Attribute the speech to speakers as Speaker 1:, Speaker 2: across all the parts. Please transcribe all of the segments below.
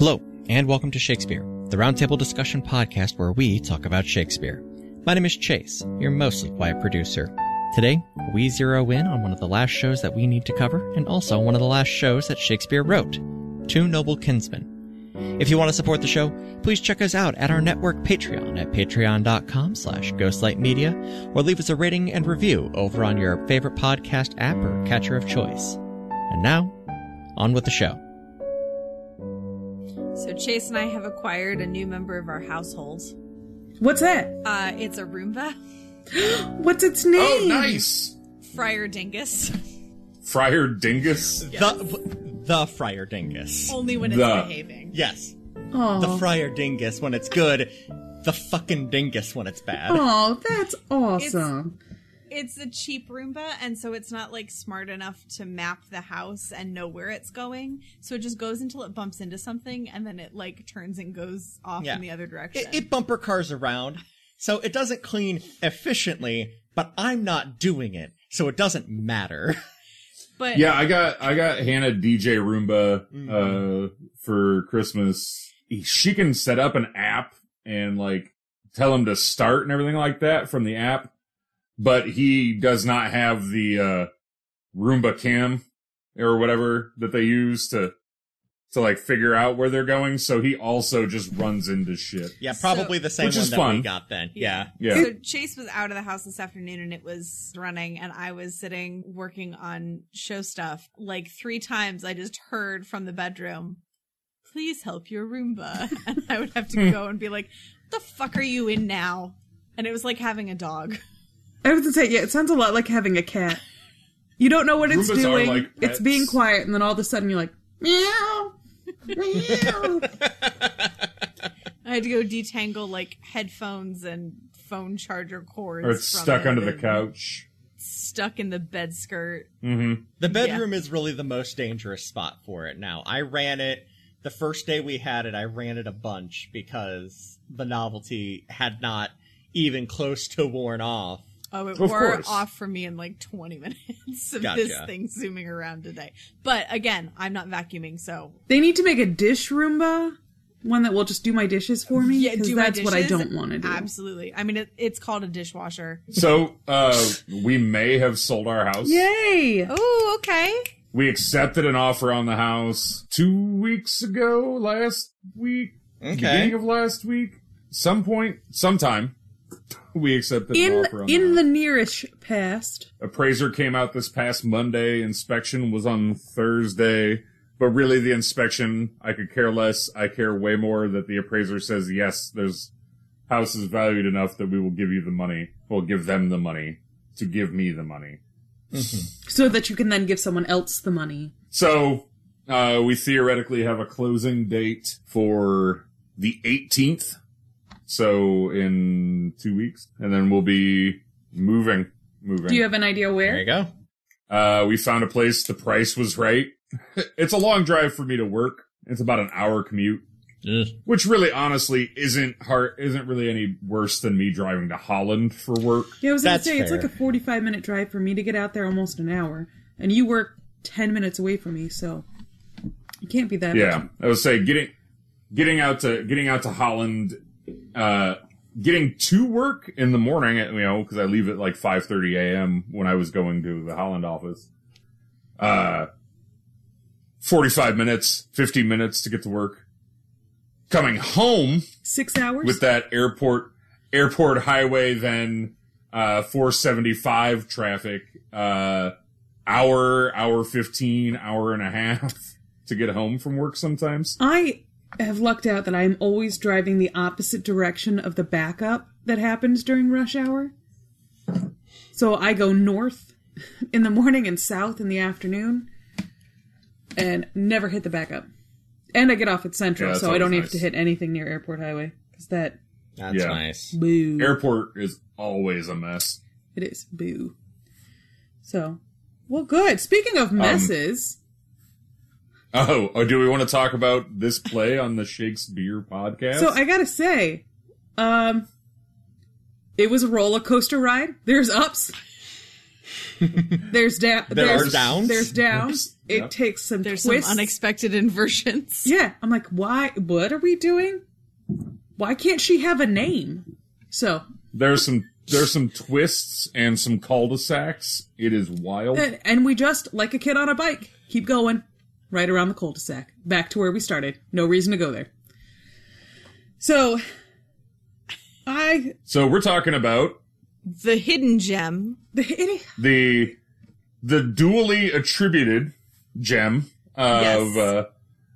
Speaker 1: Hello, and welcome to Shakespeare, the roundtable discussion podcast where we talk about Shakespeare. My name is Chase, your mostly quiet producer. Today, we zero in on one of the last shows that we need to cover, and also one of the last shows that Shakespeare wrote Two Noble Kinsmen. If you want to support the show, please check us out at our network Patreon at patreon.com slash ghostlightmedia, or leave us a rating and review over on your favorite podcast app or catcher of choice. And now, on with the show.
Speaker 2: So Chase and I have acquired a new member of our household.
Speaker 3: What's that?
Speaker 2: Uh, it's a Roomba,
Speaker 3: What's its name?
Speaker 4: Oh, nice!
Speaker 2: Friar Dingus.
Speaker 4: Friar Dingus.
Speaker 1: The the Friar Dingus.
Speaker 2: Only when
Speaker 4: The-
Speaker 2: it's behaving.
Speaker 1: Yes.
Speaker 3: Aw.
Speaker 1: The Friar Dingus when it's good, the fucking Dingus when it's bad.
Speaker 3: Oh, that's awesome.
Speaker 2: It's a cheap Roomba, and so it's not like smart enough to map the house and know where it's going. So it just goes until it bumps into something, and then it like turns and goes off
Speaker 1: Yeah.
Speaker 2: in the other direction.
Speaker 1: It, it bumper cars around, so it doesn't clean efficiently, but I'm not doing it, so it doesn't matter.
Speaker 2: but
Speaker 4: Yeah, I got I got Hannah DJ Roomba uh, for Christmas. She can set up an app and like tell him to start and everything like that from the app, but he does not have the uh, Roomba cam or whatever that they use to to like figure out where they're going. So he also just runs into shit.
Speaker 1: Yeah,
Speaker 2: So-
Speaker 1: probably the same
Speaker 4: Which
Speaker 1: one
Speaker 4: is
Speaker 1: that we
Speaker 4: fun.
Speaker 1: got then. Yeah.
Speaker 4: Yeah.
Speaker 2: So Chase was out of the house this afternoon and it was running and I was sitting working on show stuff. Like three times I just heard from the bedroom, please help your Roomba. And I would have to go and be like, the fuck are you in now? And it was like having a dog.
Speaker 3: I was gonna say, yeah, it sounds a lot like having a cat. You don't know what it's
Speaker 4: Roombas are
Speaker 3: doing.
Speaker 4: like
Speaker 3: it's
Speaker 4: pets.
Speaker 3: being quiet, and then all of a sudden you're like, meow, meow.
Speaker 2: I had to go detangle like headphones and phone charger cords.
Speaker 4: Or it's
Speaker 2: from
Speaker 4: stuck
Speaker 2: it
Speaker 4: under the
Speaker 2: and
Speaker 4: couch.
Speaker 2: Stuck in the bed skirt.
Speaker 4: Mm-hmm.
Speaker 1: The bedroom is really the most dangerous spot for it now. I ran it the first day we had it, I ran it a bunch because the novelty had not even close to worn off.
Speaker 2: Oh, it
Speaker 4: Of
Speaker 2: wore
Speaker 4: course.
Speaker 2: off for me in like 20 minutes of
Speaker 1: Gotcha.
Speaker 2: this thing zooming around today. But again, I'm not vacuuming, so
Speaker 3: they need to make a dish Roomba, one that will just do my dishes for me.
Speaker 2: yeah,
Speaker 3: 'cause
Speaker 2: do my
Speaker 3: that's what I
Speaker 2: dishes?
Speaker 3: don't want to do.
Speaker 2: Absolutely. I mean, it, it's called a dishwasher.
Speaker 4: So uh, we may have sold our house.
Speaker 3: Yay!
Speaker 2: Oh, okay.
Speaker 4: We accepted an offer on the house two weeks ago, last week, beginning of last week, some point, sometime. We accepted an
Speaker 3: in
Speaker 4: offer on
Speaker 3: in
Speaker 4: the,
Speaker 3: the
Speaker 4: house.
Speaker 3: nearish past,
Speaker 4: appraiser came out this past Monday. Inspection was on Thursday, but really the inspection, I could care less. I care way more that the appraiser says yes. There's house is valued enough that we will give you the money. We'll give them the money to give me the money.
Speaker 1: Mm-hmm.
Speaker 3: so that you can then give someone else the money.
Speaker 4: So uh, we theoretically have a closing date for the 18th. So in two weeks, and then we'll be moving. Moving.
Speaker 3: Do you have an idea
Speaker 1: There you
Speaker 3: where?
Speaker 1: go.
Speaker 4: uh, we found a place. The price was right. it's a long drive for me to work. It's about an hour commute, which really, honestly, isn't hard. Isn't really any worse than me driving to Holland for work.
Speaker 3: Yeah, I was gonna
Speaker 1: That's
Speaker 3: say it's
Speaker 1: fair.
Speaker 3: like a forty-five minute drive for me to get out there almost an hour, and you work ten minutes away from me, so you can't be that.
Speaker 4: Yeah, I would say getting getting out to getting out to Holland, uh, getting to work in the morning. You know, because I leave at like five thirty a.m. when I was going to the Holland office. Uh, forty five minutes, fifty minutes to get to work. Coming home
Speaker 3: six hours.
Speaker 4: with that airport airport highway, then uh, four seventy five traffic. Uh, hour, hour fifteen, hour and a half to get home from work sometimes.
Speaker 3: I have lucked out that I am always driving the opposite direction of the backup that happens during rush hour. So I go north in the morning and south in the afternoon, and never hit the backup. And I get off at Central,
Speaker 4: Yeah, that's
Speaker 3: so I don't
Speaker 4: always
Speaker 3: have to
Speaker 4: nice.
Speaker 3: hit anything near Airport Highway because that
Speaker 1: That's
Speaker 4: Yeah.
Speaker 1: nice.
Speaker 3: boo.
Speaker 4: Airport is always a mess.
Speaker 3: It is boo. So, well, good. Speaking
Speaker 4: Um,
Speaker 3: of messes,
Speaker 4: Oh, oh, do we want to talk about this play on the Shakespeare podcast?
Speaker 3: so I gotta say, um, it was a roller coaster ride. There's ups, There's down.
Speaker 4: There
Speaker 3: there's,
Speaker 4: are downs?
Speaker 3: There's downs. It
Speaker 4: Yep.
Speaker 3: takes some
Speaker 2: There's
Speaker 3: twists.
Speaker 2: some unexpected inversions.
Speaker 3: Yeah, I'm like, why? What are we doing? Why can't she have a name? So,
Speaker 4: There's some there's some twists and some cul-de-sacs. It is wild.
Speaker 3: and, and we just like a kid on a bike, keep going right around the cul-de-sac, back to where we started. No reason to go there. So, I
Speaker 4: So we're talking about
Speaker 2: The hidden gem.
Speaker 3: the it,
Speaker 4: the the dually attributed gem of
Speaker 2: Yes.
Speaker 4: uh,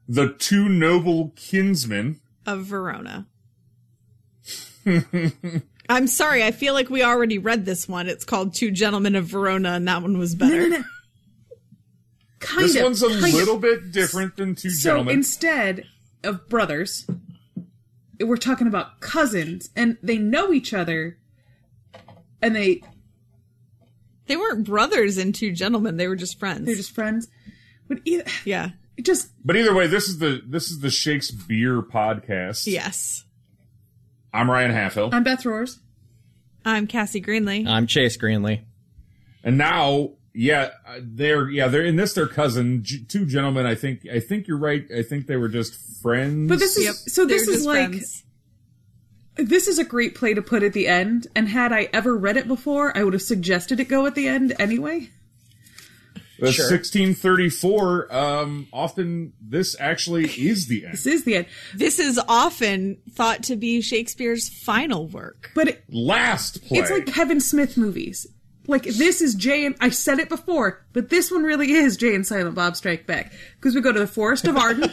Speaker 4: the two noble kinsmen.
Speaker 2: of Verona. I'm sorry, I feel like we already read this one. It's called Two Gentlemen of Verona, and that one was better.
Speaker 3: kind
Speaker 4: This
Speaker 3: of
Speaker 4: one's a
Speaker 3: kind of.
Speaker 4: little bit different than two
Speaker 3: So
Speaker 4: gentlemen.
Speaker 3: instead of brothers, we're talking about cousins, and they know each other, and they
Speaker 2: They weren't brothers in Two Gentlemen, they were just friends.
Speaker 3: they're just friends. But either,
Speaker 2: yeah.
Speaker 3: it just
Speaker 4: but either way, this is the this is the Shakespeare podcast.
Speaker 2: Yes.
Speaker 4: I'm Ryan Halfhill.
Speaker 3: I'm Beth Roars.
Speaker 2: I'm Cassie Greenley.
Speaker 1: I'm Chase Greenlee.
Speaker 4: And now, yeah, uh, they're yeah they're in this their cousin G- two gentlemen. I think I think you're right. I think they were just friends.
Speaker 3: But this is
Speaker 2: Yep.
Speaker 3: so. This
Speaker 2: They were
Speaker 3: is
Speaker 2: just
Speaker 3: like
Speaker 2: friends.
Speaker 3: this is a great play to put at the end. And had I ever read it before, I would have suggested it go at the end anyway.
Speaker 4: Uh,
Speaker 1: Sure.
Speaker 4: 1634. Um, often this actually is the
Speaker 3: This
Speaker 4: end.
Speaker 3: is the end,
Speaker 2: This is often thought to be Shakespeare's final work.
Speaker 3: but it,
Speaker 4: Last play.
Speaker 3: it's like Kevin Smith movies. Like this is Jay and I said it before, but this one really is Jay and Silent Bob Strike Back because we go to the Forest of Arden.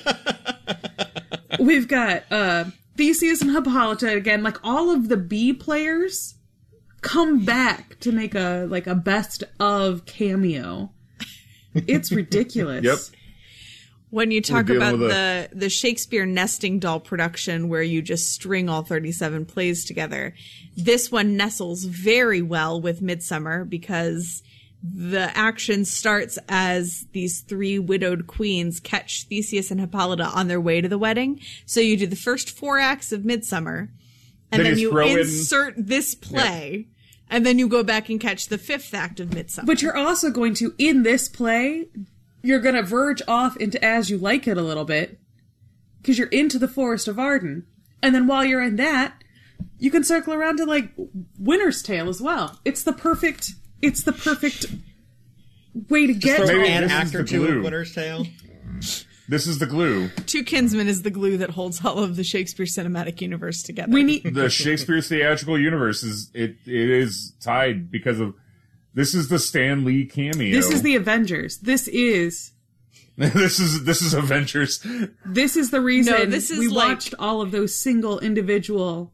Speaker 3: We've got uh, Theseus and Hippolyta again. Like all of the B players come back to make a like a best of cameo. It's ridiculous.
Speaker 4: Yep.
Speaker 2: When you talk
Speaker 4: dealing
Speaker 2: about
Speaker 4: with
Speaker 2: the the Shakespeare nesting doll production where you just string all 37 plays together, this one nestles very well with Midsummer because the action starts as these three widowed queens catch Theseus and Hippolyta on their way to the wedding. So you do the first four acts of Midsummer and
Speaker 4: Then
Speaker 2: then,
Speaker 4: you
Speaker 2: you
Speaker 4: throw in-
Speaker 2: insert this play and then you go back and catch the fifth act of Midsummer.
Speaker 3: But you're also going to, in this play, you're going to verge off into As You Like It a little bit because you're into the Forest of Arden. And then while you're in that, you can circle around to like Winter's Tale as well. It's the perfect. It's the perfect way to get.
Speaker 4: throw
Speaker 3: to
Speaker 4: Maybe
Speaker 3: all-
Speaker 4: an this is act or the two of glue.
Speaker 1: Winter's Tale.
Speaker 4: this is the glue.
Speaker 2: Two kinsmen is the glue that holds all of the Shakespeare cinematic universe together.
Speaker 3: We need.
Speaker 4: The Shakespeare theatrical universe is it it is tied because of this is the Stan Lee cameo.
Speaker 3: This is the Avengers. This is.
Speaker 4: this is this is Avengers.
Speaker 3: This is the reason
Speaker 2: No, this is
Speaker 3: we
Speaker 2: like-
Speaker 3: watched all of those single individual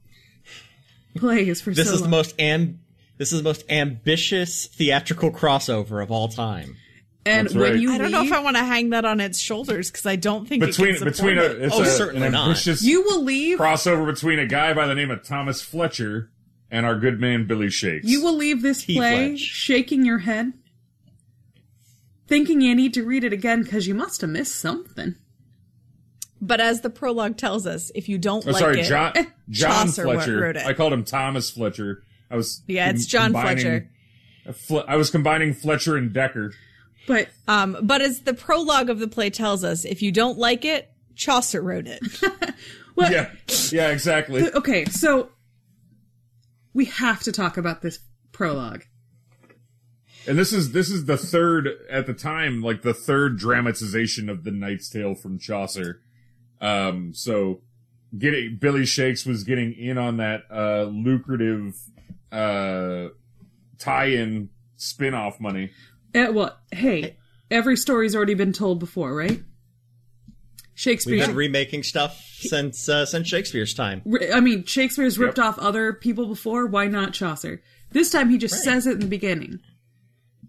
Speaker 3: plays for
Speaker 1: This
Speaker 3: so
Speaker 1: is the
Speaker 3: long.
Speaker 1: most am- this is the most ambitious theatrical crossover of all time.
Speaker 3: and
Speaker 4: That's
Speaker 3: when
Speaker 4: right.
Speaker 3: you
Speaker 2: I don't know if
Speaker 3: leave-
Speaker 2: I want to hang that on its shoulders because I don't think
Speaker 4: Between
Speaker 2: it can support
Speaker 4: between a,
Speaker 2: it.
Speaker 4: it's
Speaker 1: Oh,
Speaker 4: a,
Speaker 1: certainly
Speaker 4: an
Speaker 1: not.
Speaker 4: ambitious
Speaker 3: you will leave
Speaker 4: crossover between a guy by the name of Thomas Fletcher and our good man Billy Shakes.
Speaker 3: You will leave this
Speaker 1: Tea
Speaker 3: play
Speaker 1: Fletch.
Speaker 3: shaking your head, thinking you need to read it again because you must have missed something.
Speaker 2: But as the prologue tells us, if you don't
Speaker 4: Oh,
Speaker 2: like
Speaker 4: sorry,
Speaker 2: it,
Speaker 4: John John
Speaker 2: Chaucer
Speaker 4: Fletcher.
Speaker 2: wrote it.
Speaker 4: I called him Thomas Fletcher. I was
Speaker 2: Yeah,
Speaker 4: com-
Speaker 2: it's John
Speaker 4: combining-
Speaker 2: Fletcher.
Speaker 4: uh, Fle- I was combining Fletcher and Decker.
Speaker 3: But
Speaker 2: um, but as the prologue of the play tells us, if you don't like it, Chaucer wrote it.
Speaker 3: well,
Speaker 4: Yeah, yeah, exactly.
Speaker 3: okay, so we have to talk about this prologue.
Speaker 4: And this is this is the third at the time, like the third dramatization of the Knight's Tale from Chaucer. Um, so getting Billy Shakes was getting in on that uh, lucrative uh, tie-in spin-off money.
Speaker 3: Eh, well, hey, every story's already been told before, right?
Speaker 1: We've
Speaker 3: Shakespeare.
Speaker 1: been remaking stuff since uh, since Shakespeare's time.
Speaker 3: ri- I mean, Shakespeare's ripped off other people before. Why not Chaucer? This time he just says it in the beginning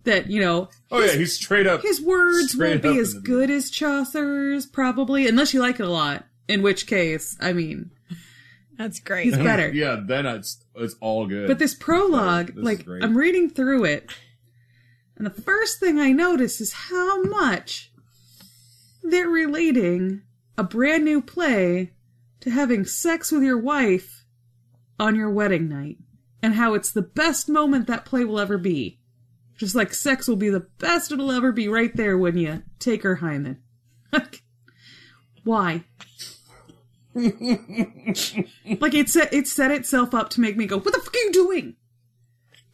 Speaker 3: that, you know,
Speaker 4: Oh yeah, he's straight up.
Speaker 3: his words
Speaker 4: Straight
Speaker 3: won't
Speaker 4: up
Speaker 3: be
Speaker 4: in
Speaker 3: as
Speaker 4: the-
Speaker 3: good as Chaucer's, probably, unless you like it a lot. In which case, I mean,
Speaker 2: That's great.
Speaker 3: it's better.
Speaker 4: Yeah, then it's it's all good.
Speaker 3: But this prologue,
Speaker 4: This is
Speaker 3: like,
Speaker 4: great.
Speaker 3: I'm reading through it, and the first thing I notice is how much they're relating a brand new play to having sex with your wife on your wedding night, and how it's the best moment that play will ever be. Just like sex will be the best it'll ever be right there when you take her hymen. Like, Why? like it set it set itself up to make me go, "What the fuck are you doing?"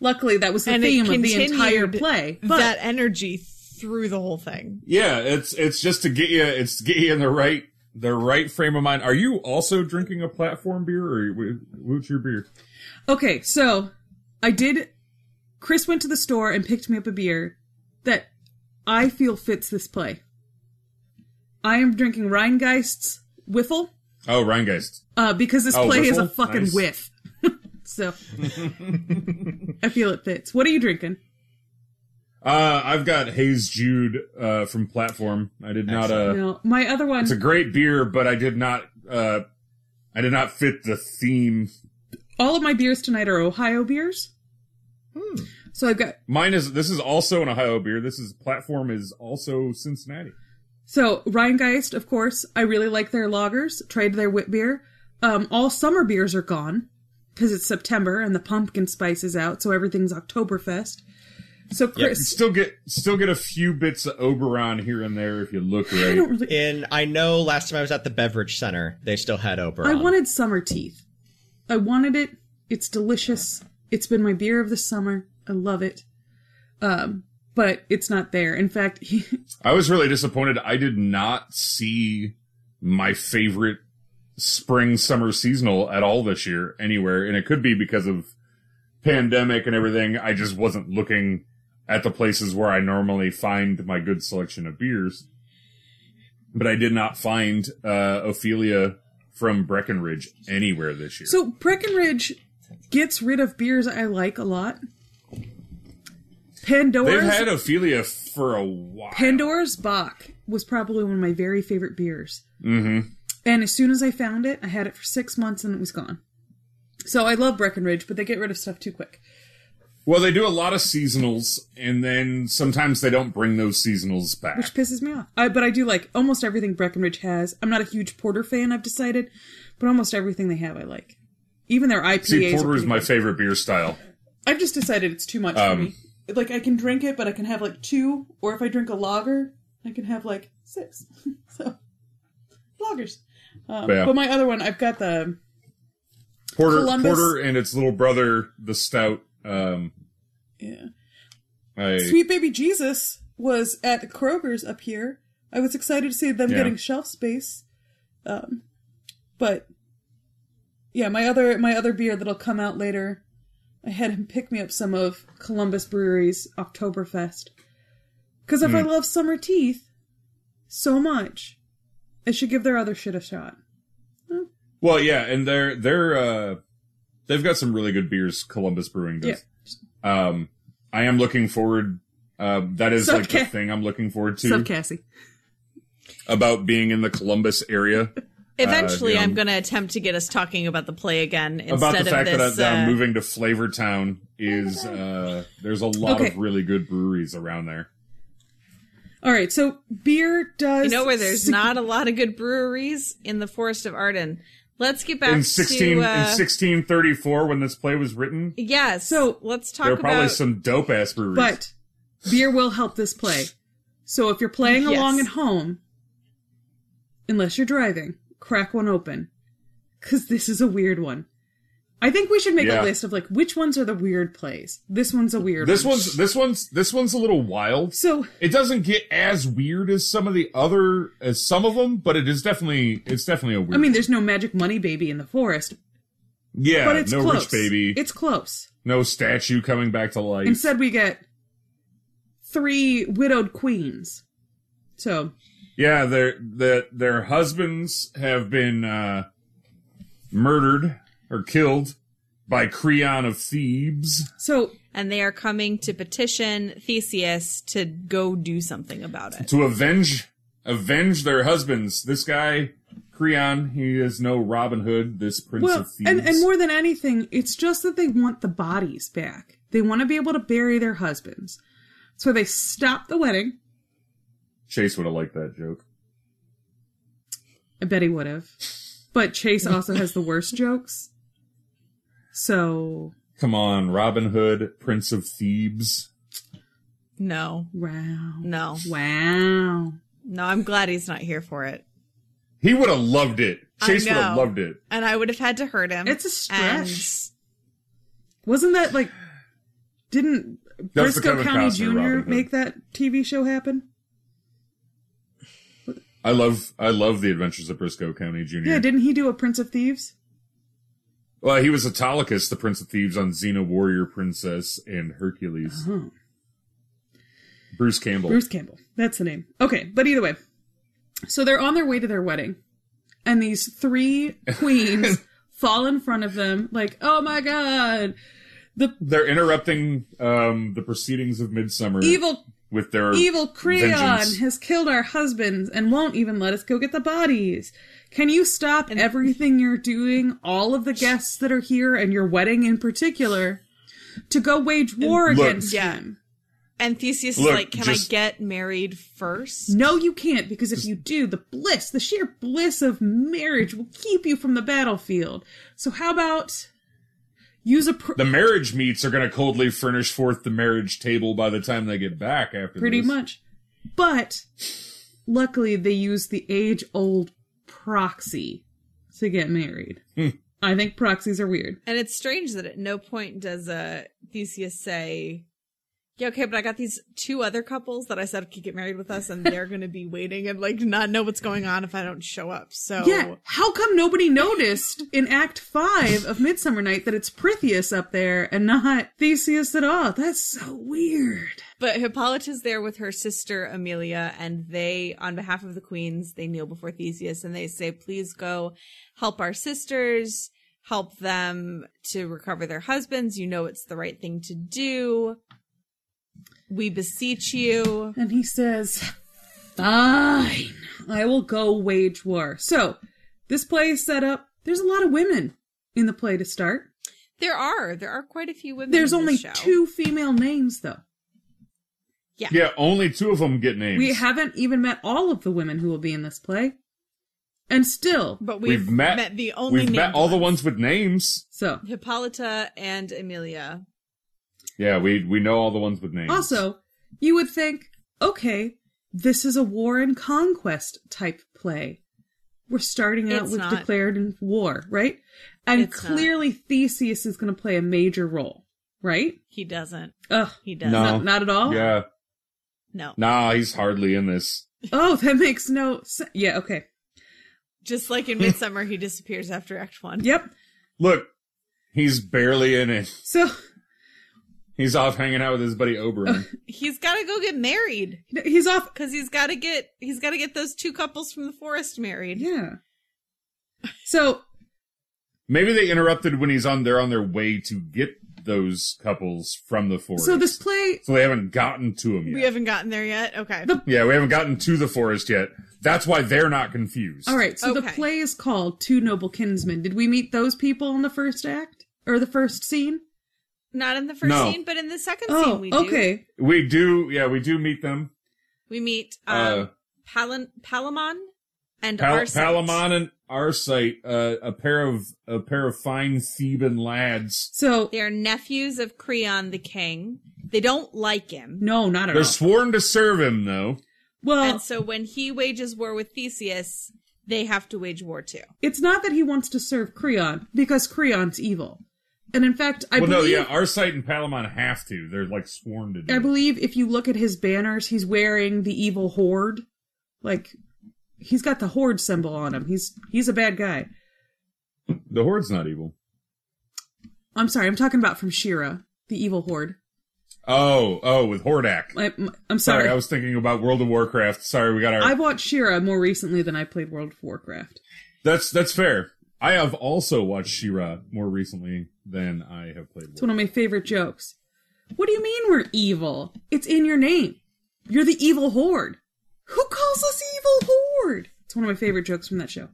Speaker 3: Luckily, that was the
Speaker 2: And it
Speaker 3: theme of the
Speaker 2: continued
Speaker 3: entire play. But
Speaker 2: that energy through the whole thing.
Speaker 4: Yeah, it's it's just to get you it's to get you in the right the right frame of mind. Are you also drinking a platform beer or wh- what's your beer?
Speaker 3: Okay, so I did. Chris went to the store and picked me up a beer that I feel fits this play. I am drinking Rheingeist's Whiffle
Speaker 4: Oh, Rheingeist.
Speaker 3: uh, because this
Speaker 4: Oh,
Speaker 3: play is a
Speaker 4: Whiffle?
Speaker 3: fucking
Speaker 4: Nice.
Speaker 3: whiff. so I feel it fits. What are you drinking?
Speaker 4: Uh, I've got Hayes Jude uh, from Platform. I did not. Uh,
Speaker 3: no, my other one.
Speaker 4: it's a great beer, but I did not. Uh, I did not fit the theme.
Speaker 3: all of my beers tonight are Ohio beers.
Speaker 4: Hmm.
Speaker 3: So I've got
Speaker 4: Mine is. This is also an Ohio beer. This is Platform is also Cincinnati.
Speaker 3: So Rheingeist, of course, I really like their lagers. Tried their wit beer. Um, all summer beers are gone because it's September and the pumpkin spice is out, so everything's Oktoberfest. So Chris,
Speaker 4: Still get still get a few bits of Oberon here and there if you look
Speaker 3: I
Speaker 4: right.
Speaker 3: don't really.
Speaker 1: And I know last time I was at the beverage center, they still had Oberon.
Speaker 3: I wanted summer teeth. I wanted it. It's delicious. It's been my beer of the summer. I love it. Um, but it's not there. In fact,
Speaker 4: I was really disappointed. I did not see my favorite spring summer seasonal at all this year anywhere, and it could be because of pandemic and everything. I just wasn't looking at the places where I normally find my good selection of beers, but I did not find uh, Ophelia from Breckenridge anywhere this year.
Speaker 3: so Breckenridge gets rid of beers I like a lot. Pandora's
Speaker 4: They've had Ophelia for a while.
Speaker 3: Pandora's Bach was probably one of my very favorite beers.
Speaker 4: Mm-hmm.
Speaker 3: And as soon as I found it, I had it for six months and it was gone. So I love Breckenridge, but they get rid of stuff too quick.
Speaker 4: Well, they do a lot of seasonals, and then sometimes they don't bring those seasonals back.
Speaker 3: Which pisses me off. I, but I do like almost everything Breckenridge has. I'm not a huge porter fan, I've decided, but almost everything they have I like. Even their IPAs.
Speaker 4: See,
Speaker 3: are
Speaker 4: porter is
Speaker 3: pretty
Speaker 4: my
Speaker 3: good.
Speaker 4: favorite beer style.
Speaker 3: I've just decided it's too much
Speaker 4: Um,
Speaker 3: for me. Like I can drink it, but I can have like two, or if I drink a lager, I can have like six. so lagers. Um,
Speaker 4: Yeah.
Speaker 3: But my other one, I've got the
Speaker 4: Porter,
Speaker 3: Columbus-
Speaker 4: porter, and its little brother, the stout. Um,
Speaker 3: yeah.
Speaker 4: I,
Speaker 3: Sweet Baby Jesus was at Kroger's up here. I was excited to see them
Speaker 4: Yeah.
Speaker 3: getting shelf space. Um, but yeah, my other my other beer that'll come out later, I had him pick me up some of Columbus Brewery's Oktoberfest. Because if I love summer teeth so much, I should give their other shit a shot.
Speaker 4: well, yeah, and they're they're uh, they've got some really good beers. Columbus Brewing
Speaker 3: Yeah.
Speaker 4: does. Um, I am looking forward. Uh, that is
Speaker 3: So
Speaker 4: like the
Speaker 3: ca-
Speaker 4: thing I'm looking forward to
Speaker 3: So Cassie.
Speaker 4: about being in the Columbus area.
Speaker 2: Eventually,
Speaker 4: Uh, yeah.
Speaker 2: I'm going to attempt to get us talking about the play again instead
Speaker 4: about the fact
Speaker 2: of
Speaker 4: that, I,
Speaker 2: this.
Speaker 4: that I'm
Speaker 2: uh,
Speaker 4: moving to Flavor Town is uh, there's a lot
Speaker 3: Okay.
Speaker 4: of really good breweries around there.
Speaker 3: Alright, so beer does
Speaker 2: you know where there's
Speaker 3: sig-
Speaker 2: not a lot of good breweries in the forest of Arden. Let's get back
Speaker 4: In sixteen
Speaker 2: to uh,
Speaker 4: in 1634, when this play was written,
Speaker 2: yes.
Speaker 3: So-
Speaker 2: So let's
Speaker 4: there were
Speaker 2: talk
Speaker 4: probably
Speaker 2: about
Speaker 4: some dope ass breweries.
Speaker 3: But beer will help this play. So if you're playing
Speaker 2: Yes.
Speaker 3: along at home, unless you're driving, crack one open. Because this is a weird one. I think we should make a
Speaker 4: Yeah.
Speaker 3: list of like which ones are the weird plays. This one's a weird
Speaker 4: This
Speaker 3: one.
Speaker 4: one's this one's this one's a little wild.
Speaker 3: So
Speaker 4: It doesn't get as weird as some of the other as some of them, but it is definitely it's definitely a weird.
Speaker 3: I mean there's no magic money baby in the forest,
Speaker 4: yeah,
Speaker 3: but it's
Speaker 4: no
Speaker 3: close.
Speaker 4: rich baby,
Speaker 3: It's close.
Speaker 4: no statue coming back to life.
Speaker 3: Instead we get three widowed queens. So
Speaker 4: yeah, their the, their husbands have been uh, murdered or killed by Creon of Thebes.
Speaker 3: so
Speaker 2: and they are coming to petition Theseus to go do something about it.
Speaker 4: to avenge avenge their husbands. This guy, Creon, he is no Robin Hood, this Prince
Speaker 3: Well,
Speaker 4: of Thieves.
Speaker 3: and, and more than anything, it's just that they want the bodies back. They want to be able to bury their husbands. So they stop the wedding.
Speaker 4: Chase would have liked that joke.
Speaker 3: I bet he would have. But Chase also has the worst jokes. So
Speaker 4: Come on, Robin Hood, Prince of Thebes.
Speaker 2: No,
Speaker 3: Wow.
Speaker 2: no,
Speaker 3: Wow.
Speaker 2: no. I'm glad he's not here for it.
Speaker 4: He would have loved it.
Speaker 2: I
Speaker 4: Chase would have
Speaker 2: know.
Speaker 4: loved it.
Speaker 2: And I would have had to hurt him.
Speaker 3: It's a stretch.
Speaker 2: And
Speaker 3: Wasn't that like didn't
Speaker 4: That's the
Speaker 3: Briscoe
Speaker 4: Kevin
Speaker 3: County
Speaker 4: Costner
Speaker 3: Jr.
Speaker 4: Robin Hood.
Speaker 3: make that TV show happen?
Speaker 4: I love I love the Adventures of Briscoe County Jr.
Speaker 3: Yeah, didn't he do a Prince of Thieves?
Speaker 4: well, he was Autolycus, the Prince of Thieves, on Xena Warrior Princess and Hercules.
Speaker 3: Oh.
Speaker 4: Bruce Campbell.
Speaker 3: Bruce Campbell. That's the name. Okay, but either way. So they're on their way to their wedding, and these three queens fall in front of them, like, oh my god, the
Speaker 4: They're interrupting um, the proceedings of Midsummer
Speaker 3: evil
Speaker 4: with their
Speaker 3: evil Creon
Speaker 4: vengeance.
Speaker 3: has killed our husbands and won't even let us go get the bodies. Can you stop everything you're doing, all of the guests that are here, and your wedding in particular, to go wage war
Speaker 4: Look-
Speaker 3: against
Speaker 2: Yeah.
Speaker 3: him?
Speaker 2: and Theseus
Speaker 4: Look,
Speaker 2: is like, "Can I
Speaker 4: just-
Speaker 2: get married first?
Speaker 3: No, you can't, because if you do, the bliss, the sheer bliss of marriage will keep you from the battlefield. So how about use a pr-
Speaker 4: The marriage meats are going to coldly furnish forth the marriage table by the time they get back after
Speaker 3: pretty
Speaker 4: this.
Speaker 3: much. But luckily they use the age old proxy to get married. I think proxies are weird.
Speaker 2: And it's strange that at no point does uh, Theseus say, "Yeah, okay, but I got these two other couples that I said could get married with us, and they're going to be waiting and like not know what's going on if I don't show up." So
Speaker 3: Yeah, how come nobody noticed in Act 5 of Midsummer Night that it's Prithias up there and not Theseus at all? That's so weird.
Speaker 2: But Hippolyta's there with her sister Amelia, and they, on behalf of the queens, they kneel before Theseus and they say, Please go help our sisters, help them to recover their husbands. You know it's the right thing to do. We beseech you.
Speaker 3: And he says, Fine, I will go wage war. So, this play is set up. There's a lot of women in the play to start.
Speaker 2: There are. There are quite a few women.
Speaker 3: There's
Speaker 2: in
Speaker 3: only
Speaker 2: this show.
Speaker 3: two female names, though.
Speaker 4: Yeah, only two of them get names.
Speaker 3: We haven't even met all of the women who will be in this play. And still,
Speaker 2: But we've,
Speaker 4: We've met,
Speaker 2: the only
Speaker 4: we've met
Speaker 2: named
Speaker 4: all the ones with names.
Speaker 3: so.
Speaker 2: Hippolyta and Amelia.
Speaker 4: Yeah, we we know all the ones with names.
Speaker 3: Also, you would think, okay, this is a war and conquest type play. We're starting out
Speaker 2: It's
Speaker 3: with
Speaker 2: not.
Speaker 3: declared in war, right? And
Speaker 2: It's not.
Speaker 3: clearly Theseus is going to play a major role, right?
Speaker 2: He doesn't.
Speaker 3: Ugh,
Speaker 2: He doesn't.
Speaker 4: No.
Speaker 3: not, not at all.
Speaker 4: yeah,
Speaker 2: No.
Speaker 4: nah, he's hardly in this.
Speaker 3: Oh, that makes no sense. Yeah, okay.
Speaker 2: Just like in Midsummer, he disappears after Act One.
Speaker 3: Yep.
Speaker 4: Look, he's barely in it.
Speaker 3: So
Speaker 4: He's off hanging out with his buddy Oberon.
Speaker 2: He's got to go get married.
Speaker 3: he's off.
Speaker 2: Cause he's got to get he's got to get those two couples from the forest married.
Speaker 3: Yeah. So
Speaker 4: Maybe they interrupted when he's on. They're on their way to get those couples from the forest.
Speaker 3: so this play
Speaker 4: So they haven't gotten to him yet.
Speaker 2: We haven't gotten there yet. Okay.
Speaker 3: The-
Speaker 4: yeah, we haven't gotten to the forest yet. That's why they're not confused.
Speaker 3: All right, so the
Speaker 2: Okay.
Speaker 3: play is called Two Noble Kinsmen. Did we meet those people in the first act or the first scene?
Speaker 2: Not in the first
Speaker 4: No.
Speaker 2: scene, but in the second
Speaker 3: Oh,
Speaker 2: scene we do.
Speaker 3: okay.
Speaker 4: We do. Yeah, we do meet them.
Speaker 2: We meet um,
Speaker 4: Uh,
Speaker 2: Palin- Palamon and
Speaker 4: Pal-
Speaker 2: Arcite.
Speaker 4: Palamon and Arcite, uh, a pair of a pair of fine Theban lads.
Speaker 3: So
Speaker 2: They are nephews of Creon the king. They don't like him,
Speaker 3: no, not at
Speaker 4: They're
Speaker 3: all.
Speaker 4: sworn to serve him, though.
Speaker 3: well,
Speaker 2: and so when he wages war with Theseus, they have to wage war too.
Speaker 3: it's not that he wants to serve Creon because Creon's evil, and in fact, I
Speaker 4: well, no,
Speaker 3: believe
Speaker 4: yeah, Arcite and Palamon have to. They're like sworn to. Do
Speaker 3: I
Speaker 4: it.
Speaker 3: believe if you look at his banners, he's wearing the evil horde. Like he's got the horde symbol on him. He's he's a bad guy.
Speaker 4: the Horde's not evil.
Speaker 3: I'm sorry, I'm talking about from Shira, the evil horde.
Speaker 4: Oh, oh, with Hordak.
Speaker 3: I, am
Speaker 4: Sorry,
Speaker 3: sorry.
Speaker 4: I was thinking about World of Warcraft. Sorry, we got our.
Speaker 3: I've watched Shira more recently than I played World of Warcraft.
Speaker 4: That's that's fair. I have also watched Shira more recently than I have played.
Speaker 3: It's
Speaker 4: War-
Speaker 3: one of my favorite jokes. What do you mean we're evil? It's in your name. You're the evil horde. Who calls us evil horde? It's one of my favorite jokes from that show.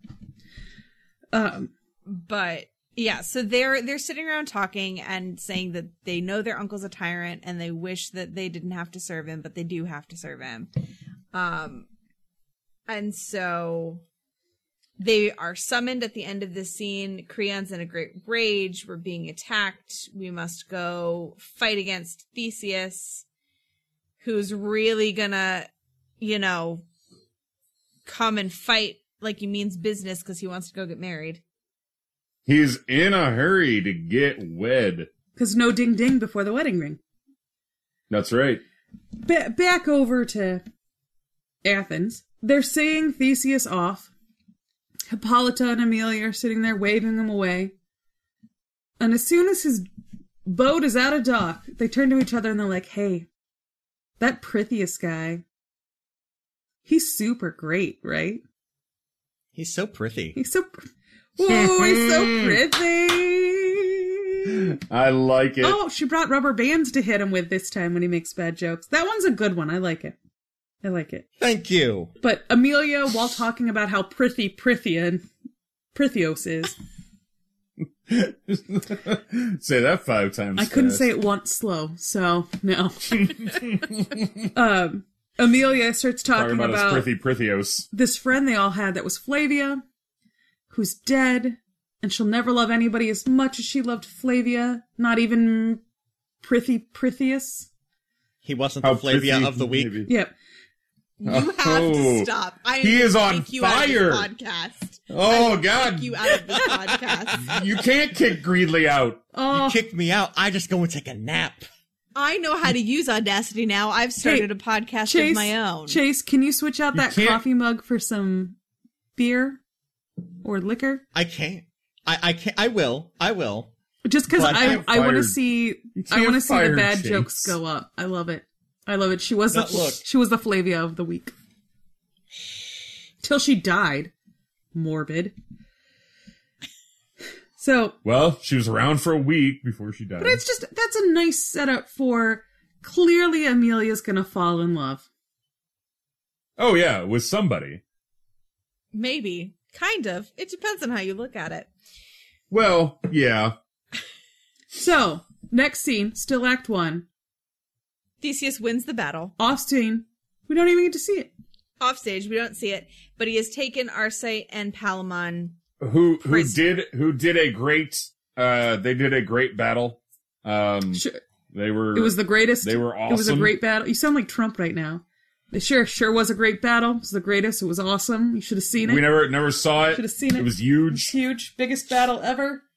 Speaker 3: Um,
Speaker 2: but yeah so they're they're sitting around talking and saying that they know their uncle's a tyrant and they wish that they didn't have to serve him but they do have to serve him um and so they are summoned at the end of the scene creon's in a great rage we're being attacked we must go fight against theseus who's really gonna, you know, come and fight like he means business because he wants to go get married.
Speaker 4: He's in a hurry to get wed.
Speaker 3: Because no ding ding before the wedding ring.
Speaker 4: That's right.
Speaker 3: Ba- back over to Athens. They're saying Theseus off. Hippolyta and Amelia are sitting there waving him away. And as soon as his boat is out of dock, they turn to each other and they're like, hey, that Prithias guy, he's super great, right?
Speaker 1: He's so pretty.
Speaker 3: He's so. pr- Whoa, he's so pretty.
Speaker 4: I like it.
Speaker 3: Oh, she brought rubber bands to hit him with this time when he makes bad jokes. That one's a good one. I like it. I like it.
Speaker 1: Thank you.
Speaker 3: But Amelia, while talking about how pretty Prithian Prithios is,
Speaker 4: say that five times.
Speaker 3: I couldn't
Speaker 4: fast.
Speaker 3: say it once slow, so no. um, Amelia starts
Speaker 4: Talking
Speaker 3: talking,
Speaker 4: about,
Speaker 3: about,
Speaker 4: his Prithi Prithios.
Speaker 3: this friend they all had that was Flavia, who's dead, and she'll never love anybody as much as she loved Flavia, not even Prithi Prithius.
Speaker 1: He wasn't the Flavia
Speaker 4: Prithi
Speaker 1: of the week.
Speaker 4: maybe.
Speaker 3: Yep.
Speaker 2: You have
Speaker 4: Oh.
Speaker 2: to stop. I am
Speaker 4: He
Speaker 2: gonna
Speaker 4: is on
Speaker 2: kick you out of this
Speaker 4: fire.
Speaker 2: podcast.
Speaker 4: Oh God,
Speaker 2: Kick you out of this podcast.
Speaker 4: you can't kick Greedley out.
Speaker 3: Oh,
Speaker 1: You kicked me out. I just go and take a nap.
Speaker 2: I know how to use Audacity now. I've started a podcast of my own.
Speaker 3: Chase, can you switch out
Speaker 4: You
Speaker 3: that
Speaker 4: can't-
Speaker 3: coffee mug for some beer or liquor?
Speaker 1: I can't. I, I can't. I will. I will.
Speaker 3: Just because
Speaker 1: Well, I
Speaker 3: I
Speaker 1: can't
Speaker 3: I want to
Speaker 4: fire-
Speaker 3: see
Speaker 4: you can't
Speaker 3: I want to see the
Speaker 4: fire
Speaker 3: bad
Speaker 4: Chase.
Speaker 3: jokes go up. I love it. I love it. She was
Speaker 1: Now,
Speaker 3: the
Speaker 1: look.
Speaker 3: she was the Flavia of the week till she died. Morbid. So
Speaker 4: Well, she was around for a week before she died.
Speaker 3: But it's just that's a nice setup for clearly Amelia's gonna fall in love.
Speaker 4: oh yeah, with somebody.
Speaker 2: Maybe. Kind of. It depends on how you look at it.
Speaker 4: Well, yeah.
Speaker 3: So next scene, still Act One.
Speaker 2: Theseus wins the battle.
Speaker 3: Austin, we don't even get to see it.
Speaker 2: Off stage, we don't see it, but he has taken Arce and Palamon.
Speaker 4: Who who
Speaker 2: Prisoner.
Speaker 4: did who did a great? uh They did a great battle. Um,
Speaker 3: Sure,
Speaker 4: they were.
Speaker 3: it was the greatest.
Speaker 4: They were
Speaker 3: It was a
Speaker 4: awesome.
Speaker 3: great battle. You sound like Trump right now. It sure, sure was a great battle. It was the greatest. It was awesome. You should have seen it.
Speaker 4: we never never saw it.
Speaker 3: Should've seen it.
Speaker 4: It
Speaker 3: It was
Speaker 4: was huge.
Speaker 3: huge, biggest battle ever.